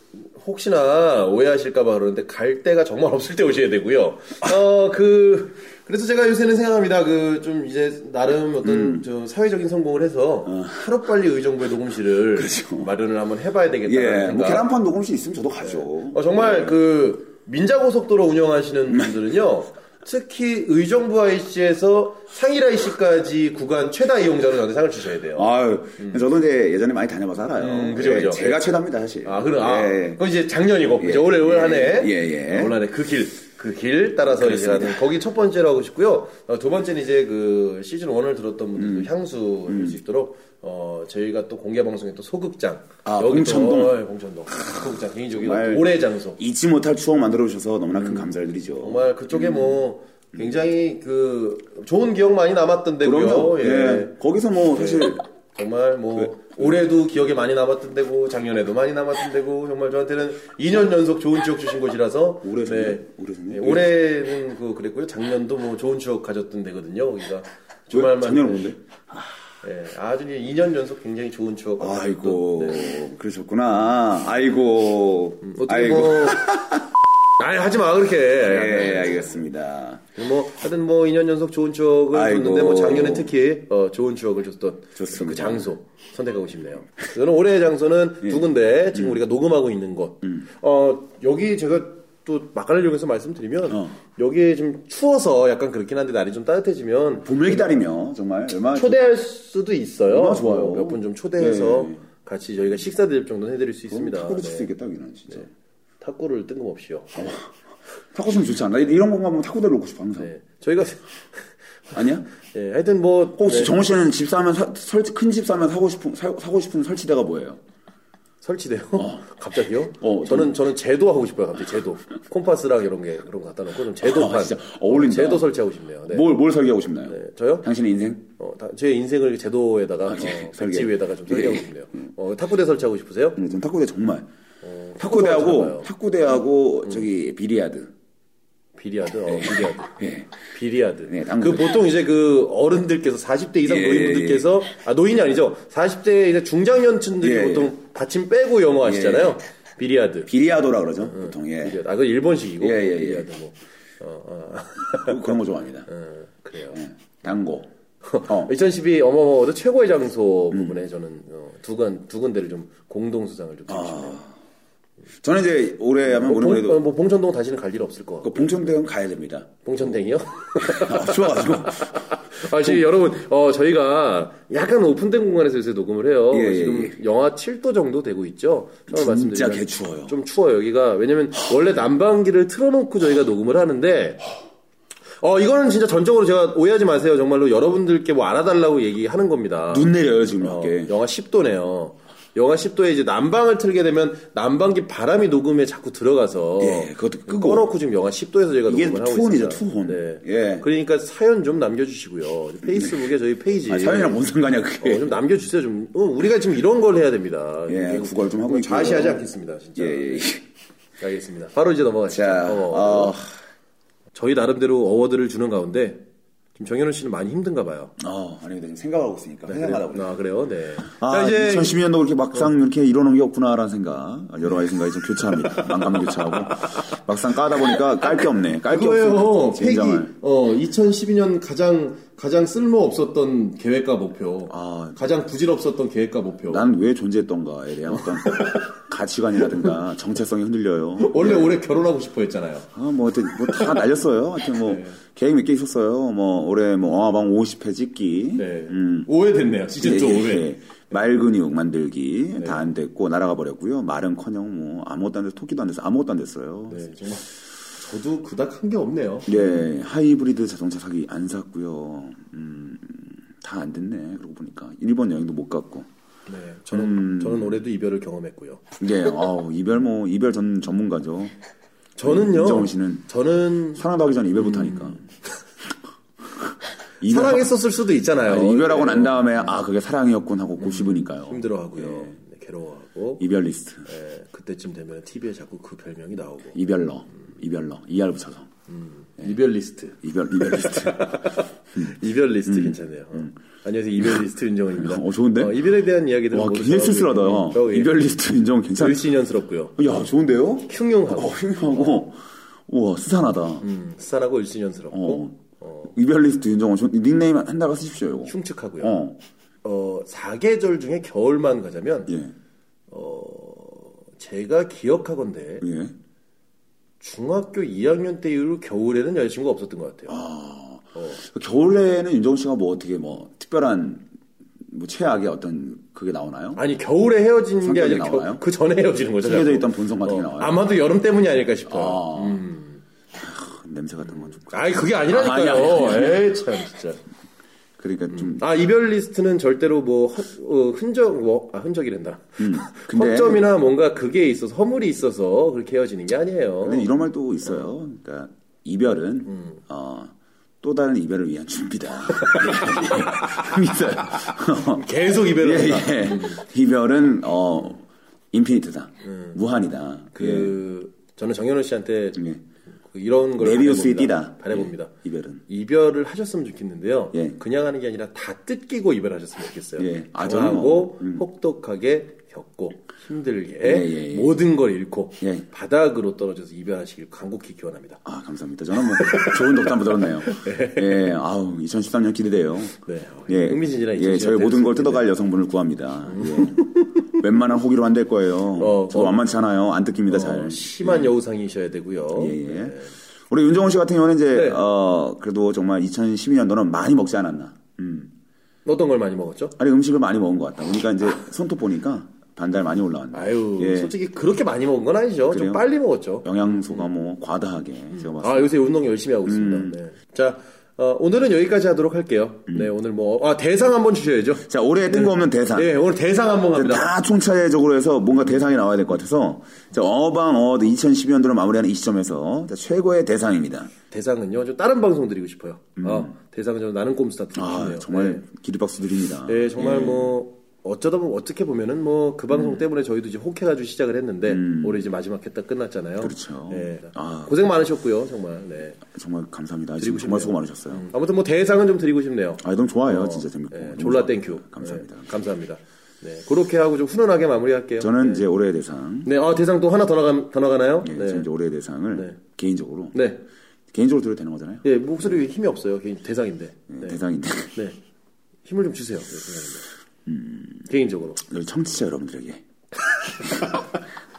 Speaker 2: 혹시나 오해하실까봐 그러는데 갈 데가 정말 없을 때 오셔야 되고요. 어 그 그래서 제가 요새는 생각합니다. 그 좀 이제 나름 어떤
Speaker 3: 음.
Speaker 2: 저 사회적인 성공을 해서
Speaker 3: 어.
Speaker 2: 하루 빨리 의정부의 녹음실을 마련을 한번 해봐야 되겠다.
Speaker 3: 그렇죠. 예. 뭐 계란판 녹음실 있으면 저도 가죠. 예.
Speaker 2: 어, 정말 그 민자고속도로 운영하시는
Speaker 3: 네.
Speaker 2: 분들은요. 특히 의정부 IC에서 상일 IC까지 구간 최다 이용자로 저한테 상을 주셔야 돼요.
Speaker 3: 아유, 저도 이제 예전에 많이 다녀봐서 알아요.
Speaker 2: 음. 그죠,
Speaker 3: 예,
Speaker 2: 그죠.
Speaker 3: 제가 최다입니다, 사실.
Speaker 2: 아, 그럼 아,
Speaker 3: 예, 예.
Speaker 2: 그건 이제 작년이고 이제 올해 올
Speaker 3: 예,
Speaker 2: 한해
Speaker 3: 예, 예.
Speaker 2: 올 한해 그 길 그 길 따라서 이제
Speaker 3: 그렇습니다.
Speaker 2: 가는 거기 첫 번째로 하고 싶고요. 어, 두 번째는 이제 그 시즌 1을 들었던
Speaker 3: 음.
Speaker 2: 분들도 향수를 수 있도록 어 저희가 또 공개 방송에 또 소극장
Speaker 3: 아,
Speaker 2: 여기 또,
Speaker 3: 봉천동.
Speaker 2: 어, 소극장, 소극장 개인적인
Speaker 3: 정말
Speaker 2: 올해 장소
Speaker 3: 잊지 못할 추억 만들어 주셔서 너무나 큰 감사를 드리죠.
Speaker 2: 음. 정말
Speaker 3: 음.
Speaker 2: 그쪽에 뭐 굉장히 그 좋은 기억 많이 남았던데고요.
Speaker 3: 그럼요.
Speaker 2: 예.
Speaker 3: 예. 그 거기서 뭐 사실
Speaker 2: 정말 뭐 올해도 기억에 많이 남았던데고 작년에도 많이 남았던데고 정말 저한테는 2년 연속 좋은 추억 주신 곳이라서
Speaker 3: 올해 좋네요. 올해 좋네요.
Speaker 2: 네, 올해는 그 그랬고요. 작년도 뭐 좋은 추억 가졌던 데거든요. 거기가 정말
Speaker 3: 왜 작년
Speaker 2: 많이-
Speaker 3: 오는데?
Speaker 2: 예, 아주 2년 연속 굉장히 좋은 추억. 네.
Speaker 3: 아이고 그러셨구나. 아이고
Speaker 2: 어떻게
Speaker 3: 아이고.
Speaker 2: 뭐 아니 하지 마 그렇게.
Speaker 3: 예 알겠습니다.
Speaker 2: 뭐 하여튼 뭐 2년 연속 좋은 추억을
Speaker 3: 아이고.
Speaker 2: 줬는데 뭐 작년에 특히 어, 좋은 추억을 줬던
Speaker 3: 좋습니다.
Speaker 2: 그 장소 선택하고 싶네요. 저는 올해의 장소는
Speaker 3: 예.
Speaker 2: 두 군데 지금 우리가 녹음하고 있는 곳. 어 여기 제가 또 막간을 이용해서 말씀드리면
Speaker 3: 어.
Speaker 2: 여기에 좀 추워서 약간 그렇긴 한데 날이 좀 따뜻해지면
Speaker 3: 봄을 기다리며 정말 얼마나
Speaker 2: 초대할 수도 있어요.
Speaker 3: 얼마나 음, 좋아요.
Speaker 2: 몇 분 좀 초대해서
Speaker 3: 네.
Speaker 2: 같이 저희가 식사 대접 정도는 해드릴 수
Speaker 3: 좋-
Speaker 2: 있습니다.
Speaker 3: 탁구를 칠 음, 수
Speaker 2: 네.
Speaker 3: 있겠다 어. 여기는 진짜.
Speaker 2: 탁구를 뜬금없이요.
Speaker 3: 탁구 치면 좋지 않나? 이런 공간 보면 탁구대를 놓고 싶어 항상.
Speaker 2: 네. 저희가
Speaker 3: 아니야?
Speaker 2: 예, 하여튼 뭐
Speaker 3: 혹시
Speaker 2: 네.
Speaker 3: 정우 씨는 집 사면 사- 설치 큰 집 사면 사고 싶은 사, 고 싶은 설치대가 뭐예요?
Speaker 2: 설치돼요? 갑자기요?
Speaker 3: 어,
Speaker 2: 저는 저는 제도 하고 싶어요. 갑자기 제도 콤파스랑 이런 게 그런 거 갖다 놓고 좀 제도판
Speaker 3: 아, 진짜 어울린다.
Speaker 2: 제도 설치하고 싶네요. 네.
Speaker 3: 뭘 뭘 설계하고 싶나요?
Speaker 2: 저요?
Speaker 3: 당신의 인생?
Speaker 2: 어, 다- 제 인생을 제도에다가 어,
Speaker 3: 아, 예. 설계.
Speaker 2: 백지 위에다가 좀 설계하고
Speaker 3: 예.
Speaker 2: 싶네요. 어, 탁구대 설치하고 싶으세요?
Speaker 3: 근데 전 탁구대 정말
Speaker 2: 어, 탁구가 잘
Speaker 3: 탁구대하고
Speaker 2: 봐요. 음.
Speaker 3: 탁구대하고 저기 비리야드.
Speaker 2: 비리아드, 어, 비리아드.
Speaker 3: 예.
Speaker 2: 비리아드.
Speaker 3: 네, 당근.
Speaker 2: 그 보통 이제 그 어른들께서 40대 이상
Speaker 3: 예,
Speaker 2: 노인분들께서 아 노인이 아니죠. 40대 이제 중장년층들이
Speaker 3: 예, 예.
Speaker 2: 보통 받침 빼고 영어 하시잖아요. 비리아드.
Speaker 3: 비리야도라 그러죠 보통 예.
Speaker 2: 비리아드. 아, 그 일본식이고.
Speaker 3: 예, 예, 예.
Speaker 2: 비리아드 뭐.
Speaker 3: 그- 그런 거 좋아합니다.
Speaker 2: 어, 그래요.
Speaker 3: 당고. 어.
Speaker 2: 2012 어머머워드 최고의 장소
Speaker 3: 음.
Speaker 2: 부분에 저는 어, 두, 군, 두 군데를 좀 공동 수상을 좀 드리고 싶네요.
Speaker 3: 저는 이제 올해
Speaker 2: 봉,
Speaker 3: 하면
Speaker 2: 어,
Speaker 3: 아, 오랜만에도
Speaker 2: 뭐 봉천동 다시는 갈 일 없을 것 같고.
Speaker 3: 그 봉천대원 가야 됩니다.
Speaker 2: 봉천댕이요?
Speaker 3: 아, 추워가지고.
Speaker 2: 아, 지금 여러분, 어, 저희가 약간 오픈된 공간에서 요새 녹음을 해요.
Speaker 3: 예, 예,
Speaker 2: 지금
Speaker 3: 예.
Speaker 2: 영하 7도 정도 되고 있죠. 처음에
Speaker 3: 진짜
Speaker 2: 말씀드리면
Speaker 3: 개 추워요.
Speaker 2: 좀 추워요, 여기가. 왜냐면 원래 난방기를 틀어놓고 저희가 녹음을 하는데, 어, 이거는 진짜 전적으로 제가 오해하지 마세요. 정말로 여러분들께 뭐 알아달라고 얘기하는 겁니다.
Speaker 3: 눈 내려요 지금
Speaker 2: 어,
Speaker 3: 밖에.
Speaker 2: 영하 10도네요. 영하 10도에 이제 난방을 틀게 되면 난방기 바람이 녹음에 자꾸 들어가서
Speaker 3: 예, 그것도 끄고.
Speaker 2: 꺼놓고 지금 영하 10도에서 저희가
Speaker 3: 이게
Speaker 2: 녹음을 하고
Speaker 3: 투혼이죠,
Speaker 2: 있습니다.
Speaker 3: 투혼.
Speaker 2: 네.
Speaker 3: 예.
Speaker 2: 그러니까 사연 좀 남겨주시고요. 페이스북에 저희 페이지
Speaker 3: 아, 사연이랑 뭔 상관이야
Speaker 2: 예. 어,
Speaker 3: 그게.
Speaker 2: 좀 남겨주세요. 좀 어, 우리가 지금 이런 걸 해야 됩니다.
Speaker 3: 예,
Speaker 2: 이거
Speaker 3: 구걸 좀 하고 있고요.
Speaker 2: 좌시하지 않겠습니다. 진짜. 네,
Speaker 3: 예, 예, 예.
Speaker 2: 알겠습니다. 바로 이제 넘어가시죠.
Speaker 3: 자,
Speaker 2: 어,
Speaker 3: 어,
Speaker 2: 저희 나름대로 어워드를 주는 가운데 지금 정현우 씨는 많이 힘든가 봐요.
Speaker 3: 어, 아닙니다. 지금 생각하고 있으니까. 생각하다 보니까.
Speaker 2: 아, 그래요? 네.
Speaker 3: 아,
Speaker 2: 자, 이제 네.
Speaker 3: 2012년도 그렇게 막상 이렇게 이러는 게 없구나라는 생각, 여러 가지 생각이 좀 교차합니다. 난감 교차하고. 막상 까다 보니까 깔 게 없네. 깔 게
Speaker 2: 그거예요.
Speaker 3: 없어.
Speaker 2: 폐기.
Speaker 3: 진정을.
Speaker 2: 어, 2012년 가장 가장 쓸모 없었던 계획과 목표.
Speaker 3: 아.
Speaker 2: 가장 부질 없었던 계획과 목표.
Speaker 3: 난 왜 존재했던가에 대한 어떤 가치관이라든가 정체성이 흔들려요.
Speaker 2: 원래 올해 결혼하고 싶어 했잖아요.
Speaker 3: 아, 뭐, 하여튼 뭐 다 날렸어요. 하여튼
Speaker 2: 네.
Speaker 3: 뭐, 계획 몇 개 있었어요. 뭐, 올해 뭐, 어마방 50회 찍기.
Speaker 2: 네.
Speaker 3: 음.
Speaker 2: 오해 됐네요. 시즌
Speaker 3: 예,
Speaker 2: 좀
Speaker 3: 예,
Speaker 2: 오해. 네.
Speaker 3: 예. 말 근육 만들기 다 안 됐고 날아가 버렸고요. 말은커녕 뭐 아무것도 안 돼서 토끼도 안 돼서 아무것도 안 됐어요.
Speaker 2: 네, 정말 저도 그닥 한 게 없네요.
Speaker 3: 예, 하이브리드 자동차 사기 안 샀고요. 음, 다 안 됐네. 그러고 보니까 일본 여행도 못 갔고.
Speaker 2: 네, 저는
Speaker 3: 음.
Speaker 2: 저는 올해도 이별을 경험했고요.
Speaker 3: 예, 아우 이별 뭐 이별 전 전문가죠.
Speaker 2: 저는요.
Speaker 3: 이정훈 씨는?
Speaker 2: 저는
Speaker 3: 사랑도 하기 전에 이별부터 하니까. 이별-
Speaker 2: 음. 사랑했었을 수도 있잖아요. 예.
Speaker 3: 아, 이별하고 난 다음에 아 그게 사랑이었군 하고 곱씹으니까요.
Speaker 2: 음. 힘들어하고요. 네, 괴로워하고.
Speaker 3: 예. 이별 리스트,
Speaker 2: 네, 그때쯤 되면 TV에 자꾸 그 별명이 나오고.
Speaker 3: 이별러, 이별러, 이알 붙여서 예.
Speaker 2: 이별 리스트.
Speaker 3: 이별 이별 리스트.
Speaker 2: 이별 리스트 괜찮네요. 어. 안녕하세요. 이별 리스트 윤정원입니다.
Speaker 3: 음. 어, 좋은데?
Speaker 2: 어, 이별에 대한 이야기들은
Speaker 3: 와,
Speaker 2: 모두
Speaker 3: 굉장히
Speaker 2: 잘하고
Speaker 3: 쓸쓸하다.
Speaker 2: 있고요. 어, 예.
Speaker 3: 이별 리스트 인정 괜찮아.
Speaker 2: 음. 을씨년스럽고요.
Speaker 3: 야, 좋은데요?
Speaker 2: 흉흉하고.
Speaker 3: 어, 흉하고. 우와, 스산하다.
Speaker 2: 음, 쌀하고 을씨년스럽고.
Speaker 3: 어. 이별 리스트 윤정원 저 닉네임 한다가 쓰십시오, 이거.
Speaker 2: 흉측하고요. 어.
Speaker 3: 어.
Speaker 2: 사계절 중에 겨울만 가자면
Speaker 3: 예.
Speaker 2: 어, 제가 기억하건데
Speaker 3: 예.
Speaker 2: 중학교 2학년 때 이후로 겨울에는 여자친구가 없었던 것 같아요.
Speaker 3: 겨울에는 윤정원 씨가 뭐 어떻게 뭐 특별한 뭐 최악의 어떤 그게 나오나요?
Speaker 2: 아니 겨울에 헤어진 게
Speaker 3: 성격이
Speaker 2: 아니라
Speaker 3: 나와요?
Speaker 2: 그 전에 헤어지는 거죠.
Speaker 3: 숨겨져
Speaker 2: 자꾸.
Speaker 3: 있던 본성 같은 게
Speaker 2: 어,
Speaker 3: 나와요.
Speaker 2: 아마도 여름 때문이 아닐까 싶어요.
Speaker 3: 아. 하, 냄새 같은 건 좀.
Speaker 2: 아. 니 그게 아니라니까요.
Speaker 3: 아, 아니, 아니, 아니.
Speaker 2: 에이 참 진짜.
Speaker 3: 그러니까 좀.
Speaker 2: 아 이별 리스트는 절대로 뭐 허- 어, 흔적 뭐 아, 흔적이란다.
Speaker 3: 음, 근데-
Speaker 2: 허점이나 뭔가 그게 있어서 허물이 있어서 그렇게 헤어지는 게 아니에요.
Speaker 3: 근데 이런 말도 있어요. 그러니까 이별은
Speaker 2: 음.
Speaker 3: 어, 또 다른 이별을 위한 준비다. 예. 믿어요.
Speaker 2: 계속 이별을
Speaker 3: 예,
Speaker 2: 한다.
Speaker 3: 예. 이별은 어 인피니트다. 무한이다. 그
Speaker 2: 예. 그 저는 정현우 씨한테
Speaker 3: 예.
Speaker 2: 그 이런 걸
Speaker 3: 메비우스의
Speaker 2: 바라봅니다.
Speaker 3: 띠다.
Speaker 2: 바라봅니다.
Speaker 3: 예, 이별은.
Speaker 2: 이별을 하셨으면 좋겠는데요.
Speaker 3: 예.
Speaker 2: 그냥 하는 게 아니라 다 뜯기고 이별하셨으면 좋겠어요.
Speaker 3: 예. 아, 저는
Speaker 2: 정하고
Speaker 3: 뭐, 음.
Speaker 2: 혹독하게 겪고 힘들게
Speaker 3: 예, 예, 예.
Speaker 2: 모든 걸 잃고
Speaker 3: 예.
Speaker 2: 바닥으로 떨어져서 이별하시길 간곡히 기원합니다.
Speaker 3: 아 감사합니다. 저는 뭐 좋은 덕담 들었네요. 예, 아우 2013년 기대돼요.
Speaker 2: 네, 어,
Speaker 3: 예,
Speaker 2: 흥미진진한
Speaker 3: 예,
Speaker 2: 2013
Speaker 3: 저희 모든 걸 뜯어갈 여성분을 구합니다. 예. 웬만한 호기로 안 될 거예요. 저
Speaker 2: 음. 어.
Speaker 3: 만만치 않아요. 안 뜯깁니다, 잘.
Speaker 2: 네, 심한 여우상이셔야 되고요.
Speaker 3: 예, 예. 우리 윤정훈 씨 같은 경우는 이제
Speaker 2: 네.
Speaker 3: 어 그래도 정말 2012년도는 많이 먹지 않았나. 음.
Speaker 2: 어떤 걸 많이 먹었죠?
Speaker 3: 아니 음식을 많이 먹은 것 같다. 그러니까 이제 손톱 보니까 반달 많이 올라왔네.
Speaker 2: 아유,
Speaker 3: 예.
Speaker 2: 솔직히 그렇게 많이 먹은 건 아니죠.
Speaker 3: 그래요?
Speaker 2: 좀 빨리 먹었죠.
Speaker 3: 영양소가 뭐 과다하게 제가 봤을 때.
Speaker 2: 아, 요새 운동 열심히 하고 있습니다. 네. 자, 어, 오늘은 여기까지 하도록 할게요. 네, 오늘 뭐, 아, 대상 한번 주셔야죠.
Speaker 3: 자 올해 뜬금없는 대상.
Speaker 2: 네, 오늘 대상 한번 갑니다.
Speaker 3: 다 총체적으로 해서 뭔가 대상이 나와야 될 것 같아서 자, 어방 어드 2012년도를 마무리하는 이 시점에서 자, 최고의 대상입니다.
Speaker 2: 대상은요, 좀 다른 방송 드리고 싶어요. 어, 대상은 저 나는 꼼스타 드리고
Speaker 3: 아
Speaker 2: 싶네요.
Speaker 3: 정말 기립박수 드립니다.
Speaker 2: 네, 네, 정말 뭐, 어쩌다 보면 어떻게 보면은 뭐 그 방송
Speaker 3: 음.
Speaker 2: 때문에 저희도 이제 혹해가지고 시작을 했는데 올해 이제 마지막 했다 끝났잖아요.
Speaker 3: 그렇죠.
Speaker 2: 네.
Speaker 3: 아.
Speaker 2: 고생 많으셨고요, 정말. 네.
Speaker 3: 정말 감사합니다. 지금 정말 수고 많으셨어요.
Speaker 2: 아무튼 뭐 대상은 좀 드리고 싶네요.
Speaker 3: 아 너무 좋아요. 진짜 재밌고
Speaker 2: 네,
Speaker 3: 너무
Speaker 2: 졸라
Speaker 3: 좋아요.
Speaker 2: 땡큐.
Speaker 3: 감사합니다.
Speaker 2: 네, 감사합니다. 네, 그렇게 하고 좀 훈훈하게 마무리할게요.
Speaker 3: 저는 이제 올해의 대상
Speaker 2: 네, 아, 대상 또 하나 더, 나가, 더 나가나요?
Speaker 3: 예,
Speaker 2: 네.
Speaker 3: 저는 이제 올해의 대상을
Speaker 2: 네.
Speaker 3: 개인적으로
Speaker 2: 네.
Speaker 3: 개인적으로 들어도 되는 거잖아요.
Speaker 2: 예, 목소리 힘이 없어요. 개인 대상인데.
Speaker 3: 예,
Speaker 2: 네.
Speaker 3: 대상인데
Speaker 2: 네. 힘을 좀 주세요. 네, 대상인데.
Speaker 3: 음.
Speaker 2: 개인적으로.
Speaker 3: 저희 청취자 여러분들에게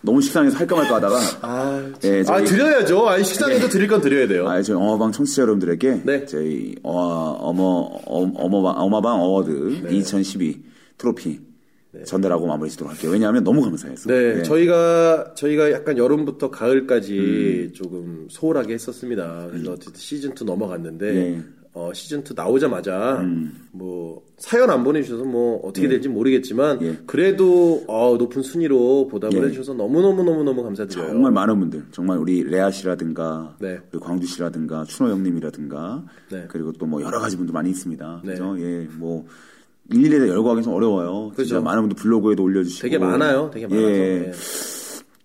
Speaker 3: 너무 식상해서 할까 말까 하다가
Speaker 2: 아,
Speaker 3: 예, 저희- 네.
Speaker 2: 드려야죠. 아니, 식당에도 드릴 건 드려야 돼요.
Speaker 3: 아, 저희 어마방 청취자 여러분들에게
Speaker 2: 네.
Speaker 3: 저희 어, 어머 어, 어머방 어마방 어워드
Speaker 2: 네.
Speaker 3: 2012 트로피 전달하고 마무리 짓도록 할게요. 왜냐하면 너무 감사해서.
Speaker 2: 네,
Speaker 3: 예.
Speaker 2: 저희가 저희가 약간 여름부터
Speaker 3: 음.
Speaker 2: 가을까지 조금 소홀하게 했었습니다. 그래서 어쨌든 시즌 2 넘어갔는데
Speaker 3: 네. 음.
Speaker 2: 어, 시즌 2 나오자마자 뭐 사연 안 보내주셔서 뭐 어떻게 될지 모르겠지만
Speaker 3: 네. 예.
Speaker 2: 그래도 어, 높은 순위로 보답을
Speaker 3: 예.
Speaker 2: 해주셔서 너무 너무 너무 너무 감사드려요.
Speaker 3: 정말 많은 분들, 정말 우리 레아 씨라든가,
Speaker 2: 네.
Speaker 3: 우리 광주 씨라든가, 추노 형님이라든가,
Speaker 2: 네.
Speaker 3: 그리고 또 뭐 여러 가지 분들 많이 있습니다.
Speaker 2: 네.
Speaker 3: 그죠? 예, 뭐 일일이 다 열거하기 좀 어려워요. 진짜
Speaker 2: 그죠.
Speaker 3: 많은 분들 블로그에도 올려주시고
Speaker 2: 되게 많아요. 되게 많아서.
Speaker 3: 예.
Speaker 2: 네.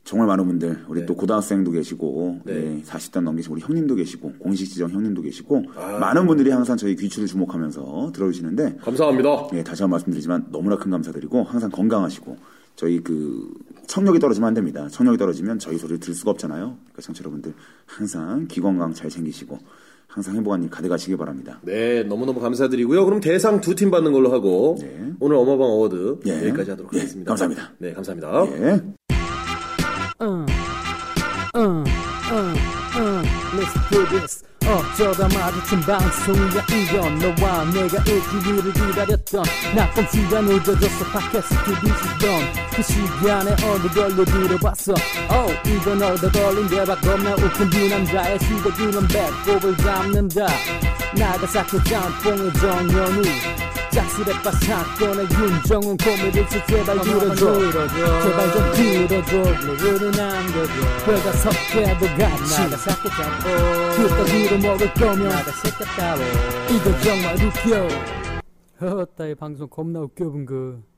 Speaker 3: 정말 많은 분들 우리 또 고등학생도 계시고
Speaker 2: 네.
Speaker 3: 네, 40대 넘기신 우리 형님도 계시고 공식 지정 형님도 계시고
Speaker 2: 아.
Speaker 3: 많은 분들이 항상 저희 귀추를 주목하면서 들어주시는데
Speaker 2: 감사합니다.
Speaker 3: 예, 다시 한 번 말씀드리지만 너무나 큰 감사드리고 항상 건강하시고 저희 그 청력이 떨어지면 안 됩니다. 청력이 떨어지면 저희 소리를 들을 수가 없잖아요. 그러니까 청취자 여러분들 항상 귀 건강 잘 챙기시고 항상 행복한 일 가득하시길 바랍니다.
Speaker 2: 네, 너무너무 감사드리고요. 그럼 대상 두 팀 받는 걸로 하고 오늘 어마방 어워드
Speaker 3: 네. 예.
Speaker 2: 여기까지 하도록
Speaker 3: 예,
Speaker 2: 하겠습니다.
Speaker 3: 감사합니다.
Speaker 2: 네, 감사합니다.
Speaker 3: 예.
Speaker 4: Let's do this 어쩌다 마주친 방송이야 이건 너와 내가 일주일을 기다렸던 나쁜 시간 늦어져서 팟캐스트 뒤지던 그 시간에 어느 걸로 들어봤어 오 이건 얻어 걸린 대박 겁나 웃긴 두 남자의 시대기는 배꼽을 잡는다 나가사키 짬뽕의 정연우 짝스레빠 사건의 윤정훈 코미디치 제발 들어줘 제발 좀 들어줘 누구를 남겨줘 별과 섞여도 뭐 같이 나가사키 짬뽕 그따위로 먹을 거면 나가사키 짬뽕 이거 정말 웃겨 허허 따위 방송 겁나 웃겨 분그